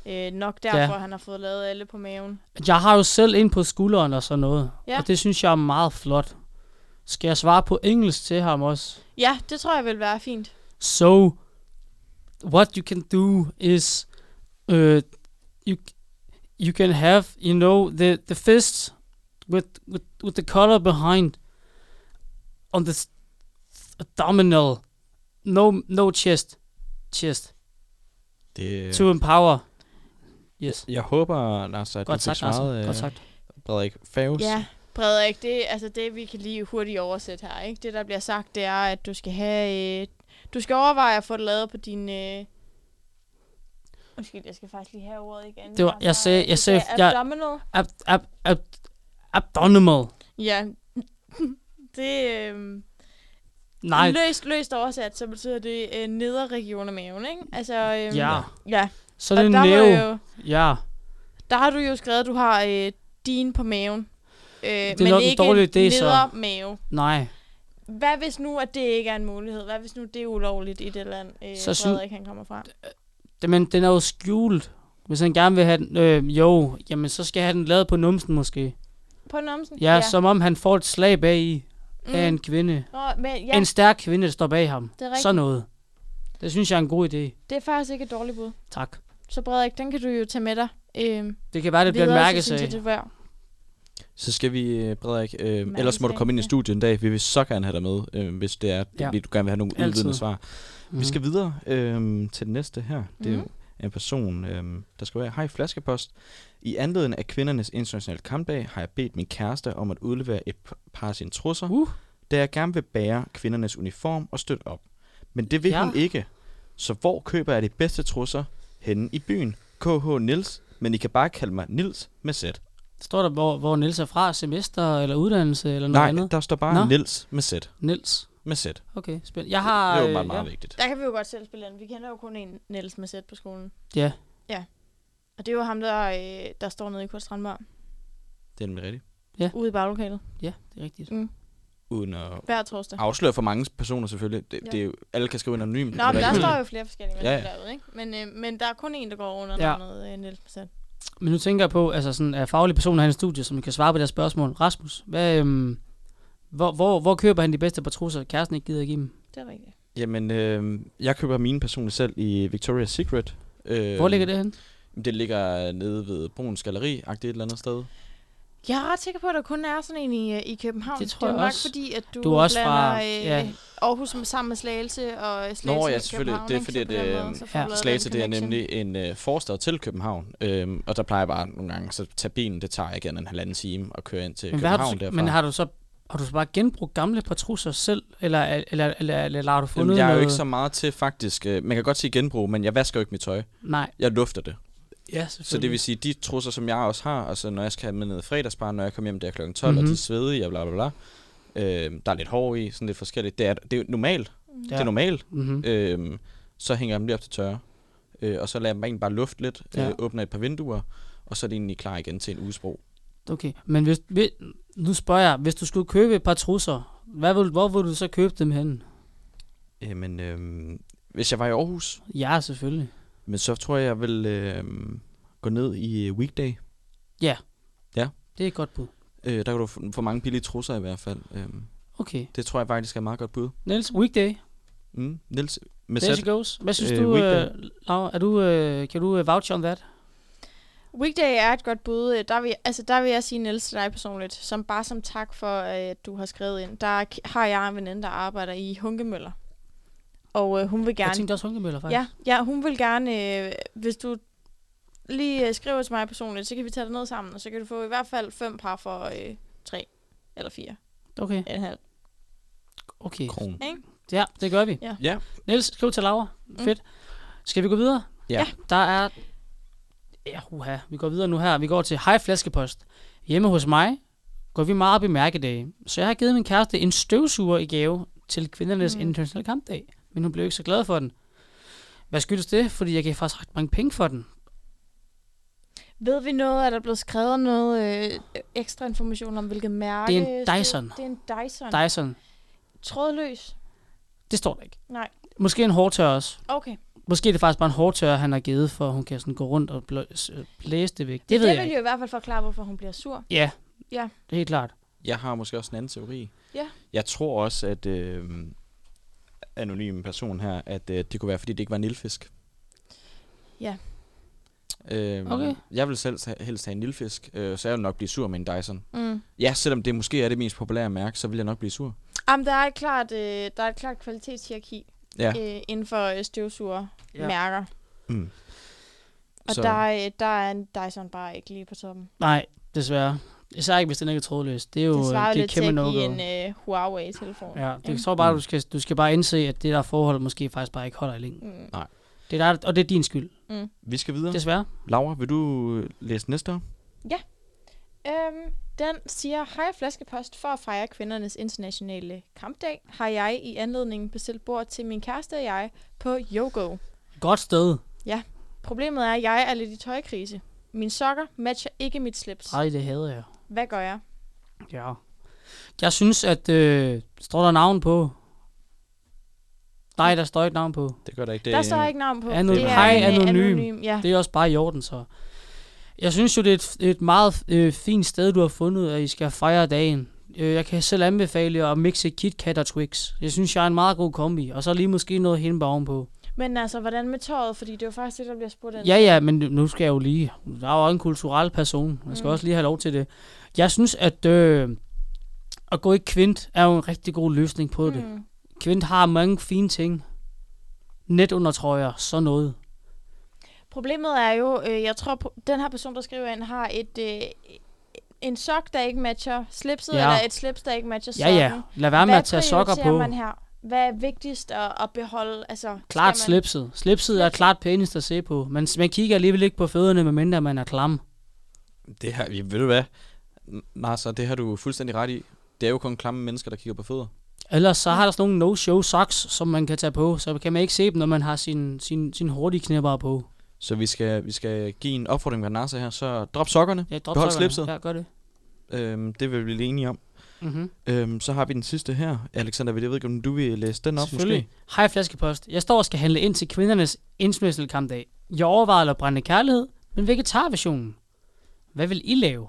[SPEAKER 3] Øh, nok derfor,
[SPEAKER 1] Ja.
[SPEAKER 3] han har fået lavet alle på maven.
[SPEAKER 1] Jeg har jo selv en på skulderen og sådan noget.
[SPEAKER 3] Ja.
[SPEAKER 1] Og det synes jeg er meget flot. Skal jeg svare på engelsk til ham også?
[SPEAKER 3] Ja, det tror jeg vil være fint.
[SPEAKER 1] So, what you can do is, uh, you you can have you know the the fists with with with the color behind on the s- abdominal, no no chest, chest
[SPEAKER 2] Det,
[SPEAKER 1] to empower. Yes.
[SPEAKER 2] Jeg håber, Lars, at
[SPEAKER 1] Godt
[SPEAKER 2] du fik
[SPEAKER 1] sagt, Larsen.
[SPEAKER 2] svaret,
[SPEAKER 1] Godt
[SPEAKER 2] øh,
[SPEAKER 1] sagt.
[SPEAKER 2] Frederik Favs.
[SPEAKER 3] Ja, Frederik, det er altså det, vi kan lige hurtigt oversætte her. Ikke? Det, der bliver sagt, det er, at du skal have... Øh, du skal overveje at få det lavet på din... Øh, Undskyld, jeg skal faktisk lige have ordet igen.
[SPEAKER 1] Det var-
[SPEAKER 3] Altså,
[SPEAKER 1] jeg sagde-
[SPEAKER 3] du
[SPEAKER 1] jeg
[SPEAKER 3] sagde
[SPEAKER 1] sagde- jeg-
[SPEAKER 3] Abdominal.
[SPEAKER 1] Ab, ab, ab, abdominal.
[SPEAKER 3] Ja. det... Øh,
[SPEAKER 1] Nej.
[SPEAKER 3] Løst, løst oversat, så betyder det øh, nederregion af maven, ikke? Altså, øhm,
[SPEAKER 1] Ja.
[SPEAKER 3] ja.
[SPEAKER 1] Så er det
[SPEAKER 3] der, var
[SPEAKER 1] næve.
[SPEAKER 3] jo,
[SPEAKER 1] Ja.
[SPEAKER 3] der har du jo skrevet, at du har øh, din på maven. Øh, det
[SPEAKER 1] nok en dårlig idé, så.
[SPEAKER 3] nedermave.
[SPEAKER 1] Nej.
[SPEAKER 3] Hvad hvis nu, at det ikke er en mulighed? Hvad hvis nu det er ulovligt i det land, øh,
[SPEAKER 1] Så
[SPEAKER 3] så
[SPEAKER 1] syn-
[SPEAKER 3] Frederik han kommer fra?
[SPEAKER 1] Det- Men den er jo skjult. Hvis han gerne vil have den, øh, jo, jamen så skal han den lavet på numsen måske.
[SPEAKER 3] På numsen?
[SPEAKER 1] Ja, ja. som om han får et slag bag i mm. af en kvinde.
[SPEAKER 3] Nå, men, ja,
[SPEAKER 1] Ja. En stærk kvinde, der står bag ham.
[SPEAKER 3] Det er rigtigt.
[SPEAKER 1] Sådan noget. Det synes jeg er en god idé.
[SPEAKER 3] det er faktisk ikke et dårligt bud.
[SPEAKER 1] Tak.
[SPEAKER 3] Så Frederik, den kan du jo tage med dig. Øh,
[SPEAKER 1] Det kan være, det bliver en mærkesag.
[SPEAKER 2] Så skal vi, øh, Frederik, øh, ellers må du
[SPEAKER 3] Mærkesag,
[SPEAKER 2] komme ind i
[SPEAKER 3] ja.
[SPEAKER 2] studiet en dag. Vi vil så gerne have dig med, øh, hvis det er,
[SPEAKER 1] Ja.
[SPEAKER 2] ja. fordi du gerne vil have nogle
[SPEAKER 1] Altid. Mhm.
[SPEAKER 2] udvidende svar. Vi skal videre øhm, til den næste her. Det er jo en person, øhm, der skriver her, Hej Flaskepost. I anledning af kvindernes internationale kampdag har jeg bedt min kæreste om at udlevere et p- par af sine trusser,
[SPEAKER 1] Uh.
[SPEAKER 2] da jeg gerne vil bære kvindernes uniform og støtte op. Men det vil
[SPEAKER 1] Ja.
[SPEAKER 2] ja. hun ikke. Så hvor køber jeg de bedste trusser? Henne i byen. KH Nils, men I kan bare kalde mig Nils med sæt.
[SPEAKER 1] Står der, hvor, hvor Nils er fra? Semester eller uddannelse eller noget
[SPEAKER 2] Nej,
[SPEAKER 1] andet?
[SPEAKER 2] der står bare
[SPEAKER 1] Nå.
[SPEAKER 2] Nils med sæt.
[SPEAKER 1] Nils.
[SPEAKER 2] Med sæt.
[SPEAKER 1] Okay, spændende. Jeg
[SPEAKER 2] Det
[SPEAKER 1] har...
[SPEAKER 2] er jo
[SPEAKER 1] øh,
[SPEAKER 2] meget, meget
[SPEAKER 1] ja.
[SPEAKER 2] vigtigt.
[SPEAKER 3] Der kan vi jo godt selv spille den. Vi kender jo kun en Niels med sæt på skolen.
[SPEAKER 1] ja.
[SPEAKER 3] Og det er jo ham, der, øh, der står nede i Kurt Strandbar,
[SPEAKER 2] Det er nemlig rigtigt.
[SPEAKER 3] ude i baglokalet,
[SPEAKER 1] ja, det er rigtigt.
[SPEAKER 7] Mm.
[SPEAKER 2] Uden at
[SPEAKER 3] hver torsdag.
[SPEAKER 2] afsløre for mange personer selvfølgelig. Det,
[SPEAKER 3] Ja.
[SPEAKER 2] ja. det er jo, alle kan skrive anonymt.
[SPEAKER 3] Nå, men
[SPEAKER 2] Hvordan-
[SPEAKER 3] der står jo flere forskellige mennesker ja,
[SPEAKER 2] Ja,
[SPEAKER 3] ja.
[SPEAKER 2] ja.
[SPEAKER 3] derude, ikke? Men, øh, men der er kun en, der går under
[SPEAKER 1] Ja.
[SPEAKER 3] ja. navnet øh, Niels med sæt.
[SPEAKER 1] Men nu tænker jeg på, altså sådan, er faglige personer her i studiet, som kan svare på deres spørgsmål. Rasmus, hvad, øhm, hvor, hvor, hvor køber han de bedste par trusser, kæresten ikke gider at give dem?
[SPEAKER 3] Det er rigtigt.
[SPEAKER 2] Jamen, øh, jeg køber mine personligt selv i Victoria's Secret. Øh,
[SPEAKER 1] Hvor ligger det hen?
[SPEAKER 2] Det ligger nede ved Bruns Galeri, agtigt et eller andet sted.
[SPEAKER 3] Jeg er ret sikker på, at der kun er sådan en i, øh, i København.
[SPEAKER 1] Det tror
[SPEAKER 3] det er
[SPEAKER 1] jeg
[SPEAKER 3] jo nok
[SPEAKER 1] også.
[SPEAKER 3] fordi, at du,
[SPEAKER 1] Du er også
[SPEAKER 3] blander
[SPEAKER 1] fra-
[SPEAKER 3] øh,
[SPEAKER 1] ja.
[SPEAKER 3] Aarhus med- sammen med Slagelse og øh, Slagelse
[SPEAKER 2] Nå, ja,
[SPEAKER 3] med
[SPEAKER 2] selvfølgelig.
[SPEAKER 3] København,
[SPEAKER 2] Det er
[SPEAKER 3] ikke? Så
[SPEAKER 2] fordi,
[SPEAKER 3] på den
[SPEAKER 2] at,
[SPEAKER 3] måde,
[SPEAKER 2] øh,
[SPEAKER 3] så får du lavet
[SPEAKER 2] Slagelse,
[SPEAKER 3] den
[SPEAKER 2] det er
[SPEAKER 3] connection.
[SPEAKER 2] nemlig en øh, forstad til København, øhm, og der plejer jeg bare nogle gange, så tage bilen, det tager ikke andet end en halvanden time at køre ind til
[SPEAKER 1] Men, hvad har
[SPEAKER 2] København
[SPEAKER 1] du, så-
[SPEAKER 2] derfra.
[SPEAKER 1] men har du så har du så bare genbrugt gamle patrusser selv, eller, eller, eller, eller, eller har du fundet
[SPEAKER 2] Jamen, jeg er jo
[SPEAKER 1] noget?
[SPEAKER 2] ikke så meget til faktisk, øh, man kan godt sige genbrug, men jeg vasker jo ikke mit tøj.
[SPEAKER 1] Nej,
[SPEAKER 2] Jeg lufter det.
[SPEAKER 1] ja,
[SPEAKER 2] Så
[SPEAKER 1] selvfølgelig.
[SPEAKER 2] det vil sige, de trusser, som jeg også har, og så når jeg skal have med ned i fredagsbar, når jeg kommer hjem der kl. 12, mm-hmm. og de
[SPEAKER 1] Mhm.
[SPEAKER 2] er svedige og bla bla bla. Øh, der er lidt hår i, sådan lidt forskelligt. Det er, det er jo normalt. Ja. Det er normalt.
[SPEAKER 1] mm-hmm.
[SPEAKER 2] Øh, så hænger jeg dem lige op til tørre. Øh, og så lader jeg dem egentlig bare lufte lidt, ja.
[SPEAKER 1] Ja.
[SPEAKER 2] øh, åbner et par vinduer, og så er det egentlig klar igen til en ugesbrug.
[SPEAKER 1] Okay, men hvis, vi- nu spørger jeg, hvis du skulle købe et par trusser, hvad vil, hvor ville du så købe dem hen?
[SPEAKER 2] Øh, men øh, hvis jeg var i Aarhus,
[SPEAKER 1] Ja, selvfølgelig.
[SPEAKER 2] men så tror jeg, jeg vil øh, gå ned i øh, weekday.
[SPEAKER 1] Det er et godt bud.
[SPEAKER 2] Øh, der kan du få få mange billige trusser i hvert fald. Øh,
[SPEAKER 1] Okay.
[SPEAKER 2] det tror jeg faktisk er et meget godt bud.
[SPEAKER 1] Niels, weekday.
[SPEAKER 2] Mm. Niels, med
[SPEAKER 1] There
[SPEAKER 2] sæt.
[SPEAKER 1] she goes. Hvad synes
[SPEAKER 2] Øh,
[SPEAKER 1] øh, du,
[SPEAKER 2] weekday.
[SPEAKER 1] øh, Laura, er du, øh, kan du øh, vouch on that?
[SPEAKER 3] Weekday er et godt bud. Øh, Der vil, altså, der vil jeg sige Niels til dig personligt, som bare som tak for, øh, at du har skrevet ind. Der k- har jeg en veninde, der arbejder i Hunkemøller. Og øh, hun vil
[SPEAKER 1] Jeg
[SPEAKER 3] gerne...
[SPEAKER 1] tænkte også hunkemøller, faktisk.
[SPEAKER 3] Ja, ja, hun vil gerne... Øh, hvis du lige øh, skriver til mig personligt, så kan vi tage det ned sammen, og så kan du få i hvert fald fem par for øh, tre eller fire.
[SPEAKER 1] Okay,
[SPEAKER 3] En halv.
[SPEAKER 1] okay.
[SPEAKER 2] Kron.
[SPEAKER 1] Ja, det gør vi.
[SPEAKER 3] Ja. Mm.
[SPEAKER 2] Ja.
[SPEAKER 1] Niels, skriv til Laura. Fedt. Skal vi gå videre?
[SPEAKER 2] Ja.
[SPEAKER 1] Der er... Ja, uha. Vi går videre nu her. Vi går til Hej Flaskepost. Hjemme hos mig går vi meget op i mærkedage. Så jeg har givet min kæreste en støvsuger i gave til kvindernes mm. internationale kampdag. Men hun blev ikke så glad for den. Hvad skyldes det? Fordi jeg gav faktisk ret mange penge for den.
[SPEAKER 3] Ved vi noget? Er der blevet skrevet noget øh, ekstra information om, hvilket mærke?
[SPEAKER 1] Det er en Dyson.
[SPEAKER 3] Det er en Dyson.
[SPEAKER 1] Dyson.
[SPEAKER 3] Trådløs?
[SPEAKER 1] Det står der ikke.
[SPEAKER 3] Nej.
[SPEAKER 1] Måske en hårdtør også.
[SPEAKER 3] Okay.
[SPEAKER 1] Måske er det faktisk bare en hårdtør, han har givet, for at hun kan sådan gå rundt og blå- s- øh, blæse det væk. Det ved
[SPEAKER 3] det
[SPEAKER 1] jeg
[SPEAKER 3] vil
[SPEAKER 1] ikke.
[SPEAKER 3] jo i hvert fald forklare, hvorfor hun bliver sur.
[SPEAKER 1] Ja.
[SPEAKER 3] Ja.
[SPEAKER 1] Det er helt klart.
[SPEAKER 2] Jeg har måske også en anden teori.
[SPEAKER 3] Ja.
[SPEAKER 2] Jeg tror også, at øh, anonym person her, at øh, det kunne være, fordi det ikke var en nilfisk.
[SPEAKER 3] Ja.
[SPEAKER 2] Øh,
[SPEAKER 1] Okay.
[SPEAKER 2] Jeg vil selv ha- helst have en nilfisk, øh, så jeg vil nok blive sur med en Dyson.
[SPEAKER 3] Mm.
[SPEAKER 2] Ja, selvom det måske er det mest populære mærke, så vil jeg nok blive sur.
[SPEAKER 3] Jamen, der er et klart, øh, der er et klart kvalitetshierarki
[SPEAKER 2] Ja.
[SPEAKER 3] øh, inden for øh, støvsuger mærker.
[SPEAKER 2] Mm.
[SPEAKER 3] Og
[SPEAKER 2] Så-
[SPEAKER 3] der, øh, der er en Dyson bare ikke lige på toppen.
[SPEAKER 1] Nej, desværre. Især ikke, hvis den ikke er trådløs. Det er jo
[SPEAKER 3] Det
[SPEAKER 1] øh,
[SPEAKER 3] svarer jo
[SPEAKER 1] det er
[SPEAKER 3] lidt til
[SPEAKER 1] kæmpe
[SPEAKER 3] at
[SPEAKER 1] no
[SPEAKER 3] give en øh, Huawei-telefon.
[SPEAKER 1] Ja,
[SPEAKER 3] ikke?
[SPEAKER 1] det tror bare, du skal, du skal bare indse, at det der forhold måske faktisk bare ikke holder i længden.
[SPEAKER 3] Mm.
[SPEAKER 1] Det er der, og det er din skyld,
[SPEAKER 2] Vi skal videre.
[SPEAKER 1] desværre.
[SPEAKER 2] Laura, vil du øh, læse næste op?
[SPEAKER 3] Øhm, den siger, hej flaskepost, for at fejre kvindernes internationale kampdag, har jeg i anledningen bestilt bord til min kæreste og jeg på Yogo.
[SPEAKER 1] Godt sted.
[SPEAKER 3] Problemet er, at jeg er lidt i tøjkrise. Mine sokker matcher ikke mit slips.
[SPEAKER 1] Ej, det hader jeg.
[SPEAKER 3] Hvad gør jeg?
[SPEAKER 1] Ja. Jeg synes, at øh, står der navn på? Nej, der står ikke navn på.
[SPEAKER 2] Det gør der ikke. Det,
[SPEAKER 3] Der står ikke navn på.
[SPEAKER 1] Ano-
[SPEAKER 3] Det er
[SPEAKER 1] Hej,
[SPEAKER 3] en, øh,
[SPEAKER 1] anonym.
[SPEAKER 3] Ja.
[SPEAKER 1] Det er også bare i orden, så. Jeg synes jo, det er et, et meget øh, fint sted, du har fundet, at I skal fejre dagen. Øh, jeg kan selv anbefale jer at mixe KitKat og Twix. Jeg synes, jeg er en meget god kombi. Og så lige måske noget hende ovenpå.
[SPEAKER 3] Men altså, hvordan med tøjet? Fordi det er jo faktisk det, der bliver spurgt ind.
[SPEAKER 1] Ja, ja, men nu skal jeg jo lige... Der er jo en kulturel person. Jeg skal
[SPEAKER 3] Mm.
[SPEAKER 1] også lige have lov til det. Jeg synes, at øh, at gå i kvint er jo en rigtig god løsning på det.
[SPEAKER 3] Mm.
[SPEAKER 1] Kvint har mange fine ting. Netundertrøjer, sådan noget.
[SPEAKER 3] Problemet er jo, øh, jeg tror, på, den her person, der skriver ind, har et... Øh, en sok, der ikke matcher slipset,
[SPEAKER 1] Ja.
[SPEAKER 3] ja. eller et slips, der ikke matcher
[SPEAKER 1] Ja,
[SPEAKER 3] sokken.
[SPEAKER 1] ja. Lad være med
[SPEAKER 3] Hvad
[SPEAKER 1] at tage sokker
[SPEAKER 3] prioriterer
[SPEAKER 1] på.
[SPEAKER 3] man her? Hvad er vigtigst at, at beholde? Altså,
[SPEAKER 1] Klart
[SPEAKER 3] skal man-
[SPEAKER 1] slipset. Slipset er klart pænest at se på. Man, man kigger alligevel ikke på fødderne, medmindre man er klam.
[SPEAKER 2] Det her, ved du hvad? Nasser, det har du fuldstændig ret i. Det er jo kun klamme mennesker, der kigger på fødder.
[SPEAKER 1] Ellers så har der sådan nogle no-show socks, som man kan tage på, så kan man ikke se dem, når man har sin, sin, sin hurtige knipper på.
[SPEAKER 2] Så vi skal, vi skal give en opfordring fra NASA her, så drop sokkerne.
[SPEAKER 1] Ja, drop
[SPEAKER 2] Behold
[SPEAKER 1] sokkerne.
[SPEAKER 2] slipset.
[SPEAKER 1] Ja, gør det.
[SPEAKER 2] Øhm, det vil vi blive enige om.
[SPEAKER 1] Mm-hmm.
[SPEAKER 2] Øhm, så har vi den sidste her. Alexander, vil jeg ved ikke, om du vil læse den op måske?
[SPEAKER 1] Selvfølgelig. Hej flaskepost. Jeg står og skal handle ind til kvindernes internationale kampdag. Jeg overvejer at brænde kærlighed, men vegetarversionen. Hvad vil I lave?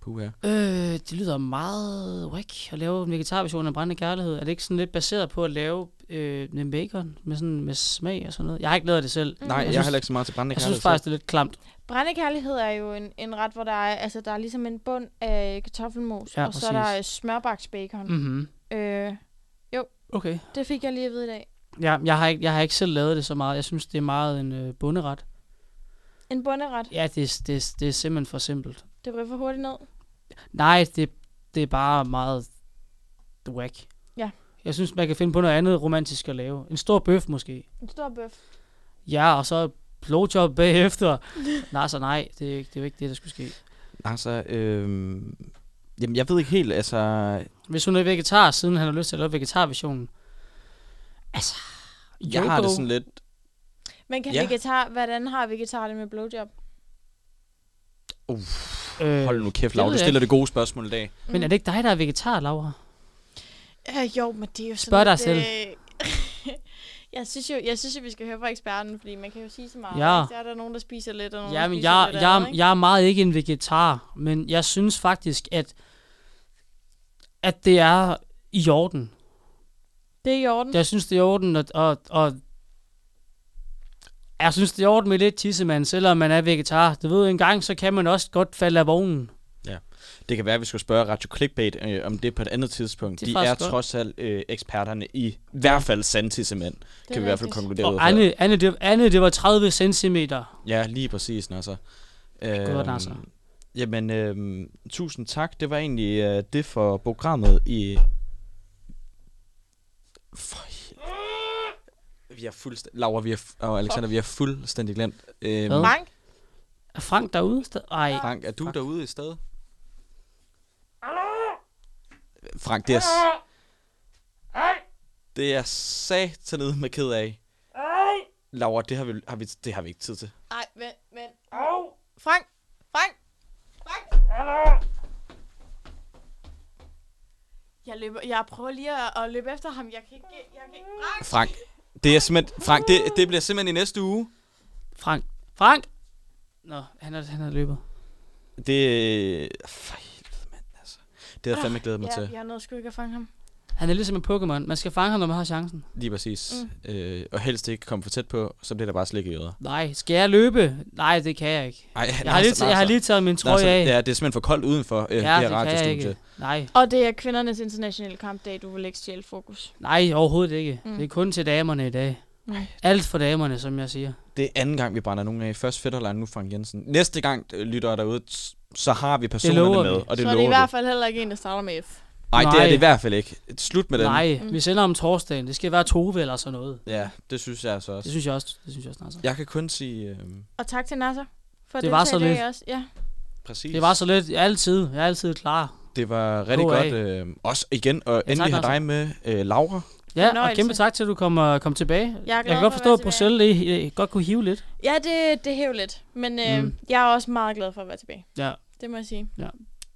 [SPEAKER 2] Puh, ja.
[SPEAKER 1] Øh, det lyder meget whack at lave en vegetarversion af brændende kærlighed. Er det ikke sådan lidt baseret på at lave øh, med bacon, med, sådan, med smag og sådan noget. Mm. Jeg har ikke lavet det selv.
[SPEAKER 2] Nej, jeg,
[SPEAKER 1] synes-
[SPEAKER 2] jeg har heller ikke så meget til brændende
[SPEAKER 1] Jeg synes faktisk, det er lidt klamt.
[SPEAKER 3] Brændekærlighed er jo en, en ret, hvor der er, altså, der er ligesom en bund af kartoffelmos,
[SPEAKER 1] Ja,
[SPEAKER 3] og så er der
[SPEAKER 1] præcis.
[SPEAKER 3] øh, smørbaksbacon. Mm.
[SPEAKER 1] Mm-hmm.
[SPEAKER 3] Øh,
[SPEAKER 1] Okay.
[SPEAKER 3] det fik jeg lige at vide i dag.
[SPEAKER 1] Ja, jeg, har ikke, jeg har ikke selv lavet det så meget. Jeg synes, det er meget en øh, bunderet.
[SPEAKER 3] En bunderet,
[SPEAKER 1] Ja, det, er- det, er- det er simpelthen for simpelt.
[SPEAKER 3] det ryger for hurtigt ned.
[SPEAKER 1] Nej, det, det er bare meget whack.
[SPEAKER 3] Ja.
[SPEAKER 1] Jeg synes, man kan finde på noget andet romantisk at lave. En stor bøf måske.
[SPEAKER 3] En stor bøf.
[SPEAKER 1] Ja, og så et blowjob bagefter. nej, så nej. Det er, ikke- det er jo ikke det, der skulle ske.
[SPEAKER 2] Altså, øhm, jamen, jeg ved ikke helt, altså...
[SPEAKER 1] Hvis hun er vegetar, siden han har lyst til at lave vegetarversionen. Altså,
[SPEAKER 2] Jeg har det sådan lidt...
[SPEAKER 3] Men kan
[SPEAKER 2] Ja.
[SPEAKER 3] ja. vegetar, hvordan har vegetar det med blowjob?
[SPEAKER 1] øh,
[SPEAKER 2] Hold nu kæft,
[SPEAKER 1] det ved
[SPEAKER 2] Laura, du
[SPEAKER 1] jeg
[SPEAKER 2] stiller
[SPEAKER 1] ikke.
[SPEAKER 2] det gode spørgsmål i dag.
[SPEAKER 1] Men er det ikke dig, der er vegetar, Laura?
[SPEAKER 3] Øh, jo, men det er jo sådan
[SPEAKER 1] Spørg dig
[SPEAKER 3] lidt, Øh, jeg synes jo, jeg synes jo, vi skal høre fra eksperten, fordi man kan jo sige så meget.
[SPEAKER 1] Ja.
[SPEAKER 3] ikke? Der er der nogen, der spiser lidt, og nogen,
[SPEAKER 1] Ja,
[SPEAKER 3] der
[SPEAKER 1] men
[SPEAKER 3] spiser
[SPEAKER 1] jeg,
[SPEAKER 3] lidt andet,
[SPEAKER 1] jeg,
[SPEAKER 3] ikke?
[SPEAKER 1] jeg er meget ikke en vegetar, men jeg synes faktisk, at, at det er i orden.
[SPEAKER 3] Det er i orden.
[SPEAKER 1] Jeg synes, det er i orden, og, og, og jeg synes, det er i orden med lidt tissemand, selvom man er vegetar. Du ved, en gang, så kan man også godt falde af vognen.
[SPEAKER 2] Det kan være, at vi skulle spørge Radio Clickbait øh, om det på et andet tidspunkt.
[SPEAKER 1] Det er
[SPEAKER 2] De
[SPEAKER 1] faktisk
[SPEAKER 2] er
[SPEAKER 1] godt.
[SPEAKER 2] trods alt øh, eksperterne i i hvert fald sandtissemand,
[SPEAKER 3] er
[SPEAKER 2] kan vi i hvert fald
[SPEAKER 3] rigtigt.
[SPEAKER 2] konkludere ud
[SPEAKER 1] Og
[SPEAKER 2] fra.
[SPEAKER 1] Anne, Anne, det, Anne, det var 30 cm.
[SPEAKER 2] Ja, lige præcis, Nasser. Øhm,
[SPEAKER 1] Godt, Nasser.
[SPEAKER 2] Jamen, øhm, tusind tak. Det var egentlig øh, det for programmet i... For... hel- Vi har fuldstændig... Laura vi har f- og Alexander, vi har fuldstændig glemt. Øhm,
[SPEAKER 1] Hvad?
[SPEAKER 3] Frank,
[SPEAKER 1] Er Frank derude? Sta- Ej,
[SPEAKER 2] Frank, er du derude i stedet? Frank, det er... s- Det er satanede med ked af. Laura, det har vi, har vi, det har vi ikke tid til.
[SPEAKER 3] Nej, vent, vent. Frank! Frank! Frank! Jeg, løber, jeg prøver lige at, at løbe efter ham. Jeg kan ikke... Jeg kan ikke.
[SPEAKER 2] Frank,
[SPEAKER 3] Frank!
[SPEAKER 2] det er simpelthen... Frank, det, det bliver simpelthen i næste uge.
[SPEAKER 1] Frank. Frank! Nå, han er, han er løbet.
[SPEAKER 2] Det... øh, For helvede, mand, altså. Det havde jeg fandme glædet mig
[SPEAKER 3] Jeg,
[SPEAKER 2] til.
[SPEAKER 3] jeg nåede sgu ikke at fange ham.
[SPEAKER 1] Han er ligesom en Pokémon. Man skal fange ham, når man har chancen.
[SPEAKER 2] Lige præcis. Øh, og helst ikke komme for tæt på, så bliver der bare slik i øret.
[SPEAKER 1] Nej, skal jeg løbe? Nej, det kan jeg ikke.
[SPEAKER 2] Ej,
[SPEAKER 1] Jeg har, lige, jeg har lige taget min trøje
[SPEAKER 2] Ja,
[SPEAKER 1] af.
[SPEAKER 2] det er simpelthen for koldt udenfor øh, ja, det her radiostudie.
[SPEAKER 1] Nej,
[SPEAKER 3] Og det er kvindernes internationale kampdag. Du vil ikke stjæle fokus.
[SPEAKER 1] nej, overhovedet ikke. Mm.
[SPEAKER 3] Mm.
[SPEAKER 1] Det er kun til damerne i dag.
[SPEAKER 3] Nej.
[SPEAKER 1] Alt for damerne, som jeg siger.
[SPEAKER 2] Det er anden gang, vi brænder nogen af. Først Fetterlein, nu Frank Jensen. Næste gang, øh, lytter derude, s- så har vi personerne
[SPEAKER 1] lover
[SPEAKER 2] med,
[SPEAKER 1] vi.
[SPEAKER 2] og det
[SPEAKER 3] så er
[SPEAKER 2] lover
[SPEAKER 3] det i hvert
[SPEAKER 2] vi.
[SPEAKER 3] fald heller ikke en, der starter med F.
[SPEAKER 2] Nej, det er
[SPEAKER 1] Nej.
[SPEAKER 2] det i hvert fald ikke. Slut med den.
[SPEAKER 1] Nej,
[SPEAKER 3] Mm.
[SPEAKER 1] vi sender om torsdagen. Det skal være Tove eller sådan noget.
[SPEAKER 2] Ja, det synes jeg altså
[SPEAKER 1] Det
[SPEAKER 2] også.
[SPEAKER 1] synes jeg også, det synes jeg også altså.
[SPEAKER 2] Jeg kan kun sige... Øh,
[SPEAKER 3] Og tak til Nasser for
[SPEAKER 1] Det
[SPEAKER 3] at
[SPEAKER 1] var
[SPEAKER 3] deltage
[SPEAKER 1] så
[SPEAKER 3] i dag
[SPEAKER 1] lidt.
[SPEAKER 3] Også. Ja.
[SPEAKER 2] præcis.
[SPEAKER 1] Det var så lidt. Jeg er altid, jeg er altid klar.
[SPEAKER 2] det var rigtig
[SPEAKER 1] Gå af.
[SPEAKER 2] godt. Øh, også igen, og endelig have
[SPEAKER 1] Nasser.
[SPEAKER 2] dig med, øh, Laura.
[SPEAKER 1] Ja, og
[SPEAKER 3] Fornøjelse.
[SPEAKER 1] kæmpe tak til, at du kom, øh, kom tilbage.
[SPEAKER 3] Jeg er glad
[SPEAKER 1] jeg
[SPEAKER 3] for
[SPEAKER 1] kan godt
[SPEAKER 3] at
[SPEAKER 1] forstå,
[SPEAKER 3] være
[SPEAKER 1] at Bruxelles I, I godt kunne hive lidt.
[SPEAKER 3] Ja, det, det hæver lidt. Men øh,
[SPEAKER 1] Mm.
[SPEAKER 3] mm. jeg er også meget glad for at være tilbage.
[SPEAKER 1] Ja.
[SPEAKER 3] Det må jeg sige.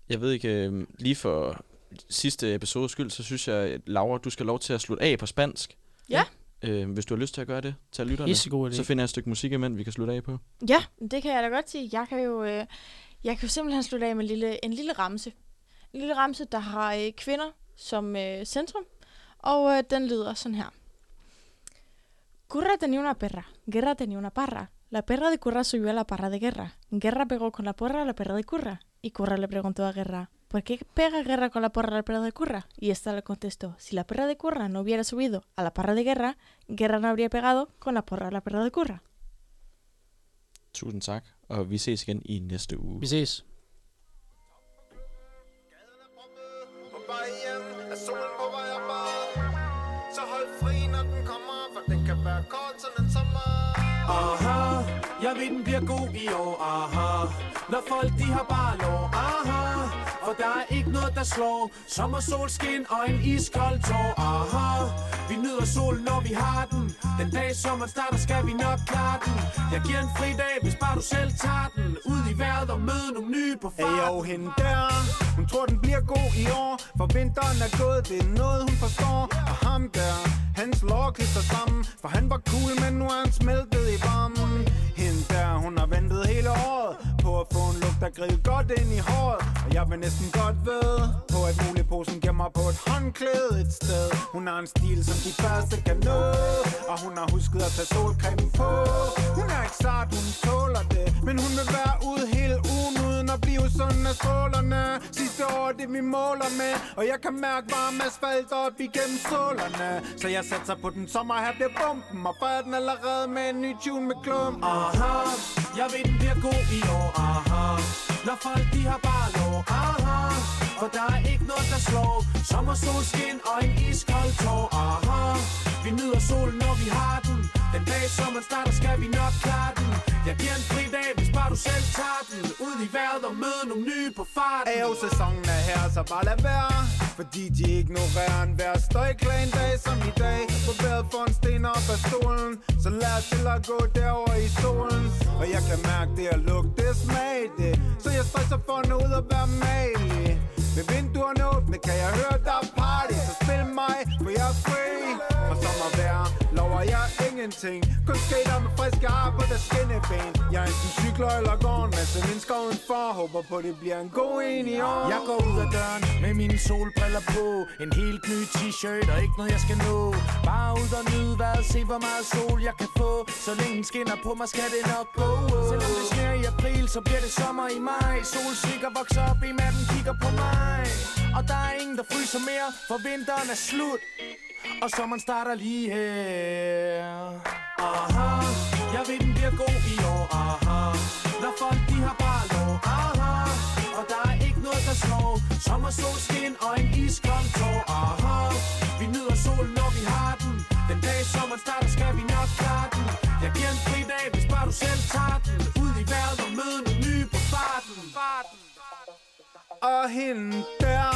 [SPEAKER 2] Jeg ved ikke, øh, lige for sidste episodes skyld, så synes jeg, at Laura, du skal have lov til at slutte af på spansk.
[SPEAKER 3] Ja.
[SPEAKER 2] Øh, hvis du har lyst til at gøre det, tag lytterne.
[SPEAKER 1] Pisse god idé.
[SPEAKER 2] Så finder jeg et stykke musik imens, vi kan slutte af på.
[SPEAKER 3] Ja, det kan jeg da godt sige. Jeg kan jo, øh, jeg kan jo simpelthen slutte af med en lille, en lille ramse. En lille ramse, der har øh, kvinder som øh, centrum. Og øh, den lyder sådan her. Curra tenía una perra, Guerra tenía una parra. La perra de Curra subió a la parra de Guerra. Guerra pegó con la porra a la perra de Curra. Y Curra le preguntó a Guerra, ¿por qué pega Guerra con la porra a la perra de Curra? Y esta le contestó, si la perra de Curra no hubiera subido a la parra de Guerra, Guerra no habría pegado con la porra a la perra de Curra.
[SPEAKER 2] Tusind tak, og vi ses igen i næste uge.
[SPEAKER 1] Vi ses.
[SPEAKER 11] på vej hjem Er solen på vej opad Så hold fri når den kommer For den kan være kold sådan en sommer
[SPEAKER 12] Aha, jeg ved den bliver god i år, aha Når folk de har bare lov, aha For der er ikke noget der slår Sommer, solskin og en iskold tår, aha Vi nyder solen når vi har den Den dag sommeren starter skal vi nok klare den Jeg giver en fri dag, hvis bare du selv tager den Ud i vejret og møde nogle nye på farten
[SPEAKER 11] Ayo, hende der Hun tror den bliver god i år For vinteren er gået, det er noget hun forstår Og ham der, hans lår klister sammen For han var cool, men nu er han smeltet i varmen Hende
[SPEAKER 12] hende der Hun har ventet hele året På at få en lugt, der grill godt ind i håret Og jeg vil næsten godt ved På at muligposen gemmer på et håndklæde et sted Hun har en stil, som de første kan nå Og hun har husket at tage solcreme på Hun er ikke sart, hun tåler det Men hun vil være ude hele ugen uden at blive sådan af strålerne Sidste år, det vi måler med Og jeg kan mærke varm asfalt op igennem stålerne Så jeg satser på den sommer, her bliver bomben Og fejrer den allerede med en ny tune med klum Aha, jeg ved den bliver god i år, aha Når folk de har bare lov, aha For der er ikke noget, der slår Sommer, solskin og en iskold tår, aha Vi nyder solen, når vi har den Den dag sommeren starter, skal vi nok klare den Jeg giver en fri dag, hvis bare du selv tager den Ud i vejret og møde nogle nye på farten
[SPEAKER 11] Ayo, sæsonen er her, så bare lad være Fordi de ignorerer en hver støjklag en dag som i dag På vejret for en sten op af stolen Så lad os til at gå derover i solen Og jeg kan mærke det og lugte det smag det Så jeg stresser for nu ud at være malig Med vinduerne åbne kan jeg høre der er party Så spil mig, for jeg er free Og sommervejr lover jeg ingenting Kun skater med friske ar på der skinneben Jeg enten cykler eller går en masse mennesker udenfor Håber på det bliver en god en i år
[SPEAKER 12] Jeg går ud af døren med mine solbriller på En helt ny t-shirt og ikke noget jeg skal nå Bare ud og nyde vejret, se hvor meget sol jeg kan få Så længe den skinner på mig, skal det nok gå Selvom det sner i april, så bliver det sommer i maj Solsikker vokser op, en af dem kigger på mig Og der er ingen, der fryser mere, for vinteren er slut og sommeren starter lige her Aha, jeg ved den bliver god i år Aha, når folk de har bare lov Aha, og der er ikke noget der slår Sommer, solskin og en iskold tår Aha, vi nyder solen når vi har den Den dag sommeren starter skal vi nok klare den Jeg giver en fri dag hvis bare du selv tager den Ud i vejret og møde nogle nye på farten Farten
[SPEAKER 11] Og hende der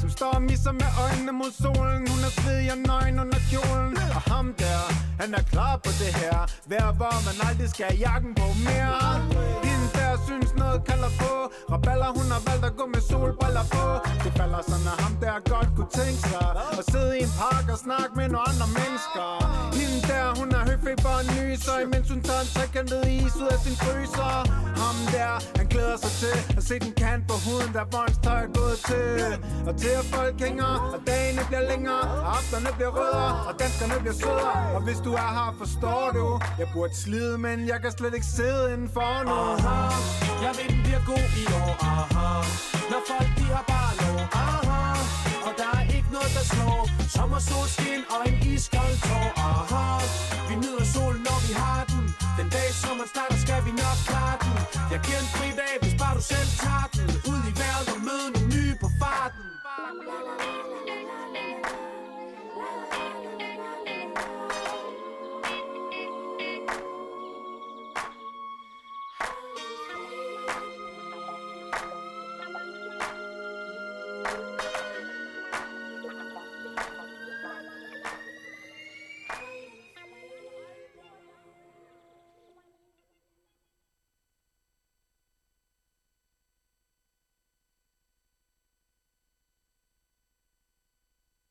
[SPEAKER 11] Som står og misser med øjnene mod solen Hun er svedig og nøgen under kjolen Og ham der, han er klar på det her Vær hvor man aldrig skal have jakken på mere Hende der synes noget kalder på Raballer hun har valgt at gå med solbriller på Det falder sådan at ham der godt kunne tænke sig At sidde i en park og snakke med nogle andre mennesker Hende der, hun har høfeber og nyser Imens hun tager en trekantet is ud af sin fryser Ham der, han glæder sig til At se den kant på huden, der vores tøj er gået til Og til at folk hænger Og dagene bliver længere Og aftenerne bliver rødere Og danskerne bliver sødere Og hvis du er her, forstår du Jeg burde slide, men jeg kan slet ikke sidde indenfor nu
[SPEAKER 12] aha Jeg ved den bliver god i år, aha Når folk de har bare lov, aha Og der er ikke noget der slår Sommer, solskin og en iskold tår, aha Vi nyder solen når vi har den Den dag sommeren starter skal vi nok klare den Jeg giver en fri dag hvis bare du selv tager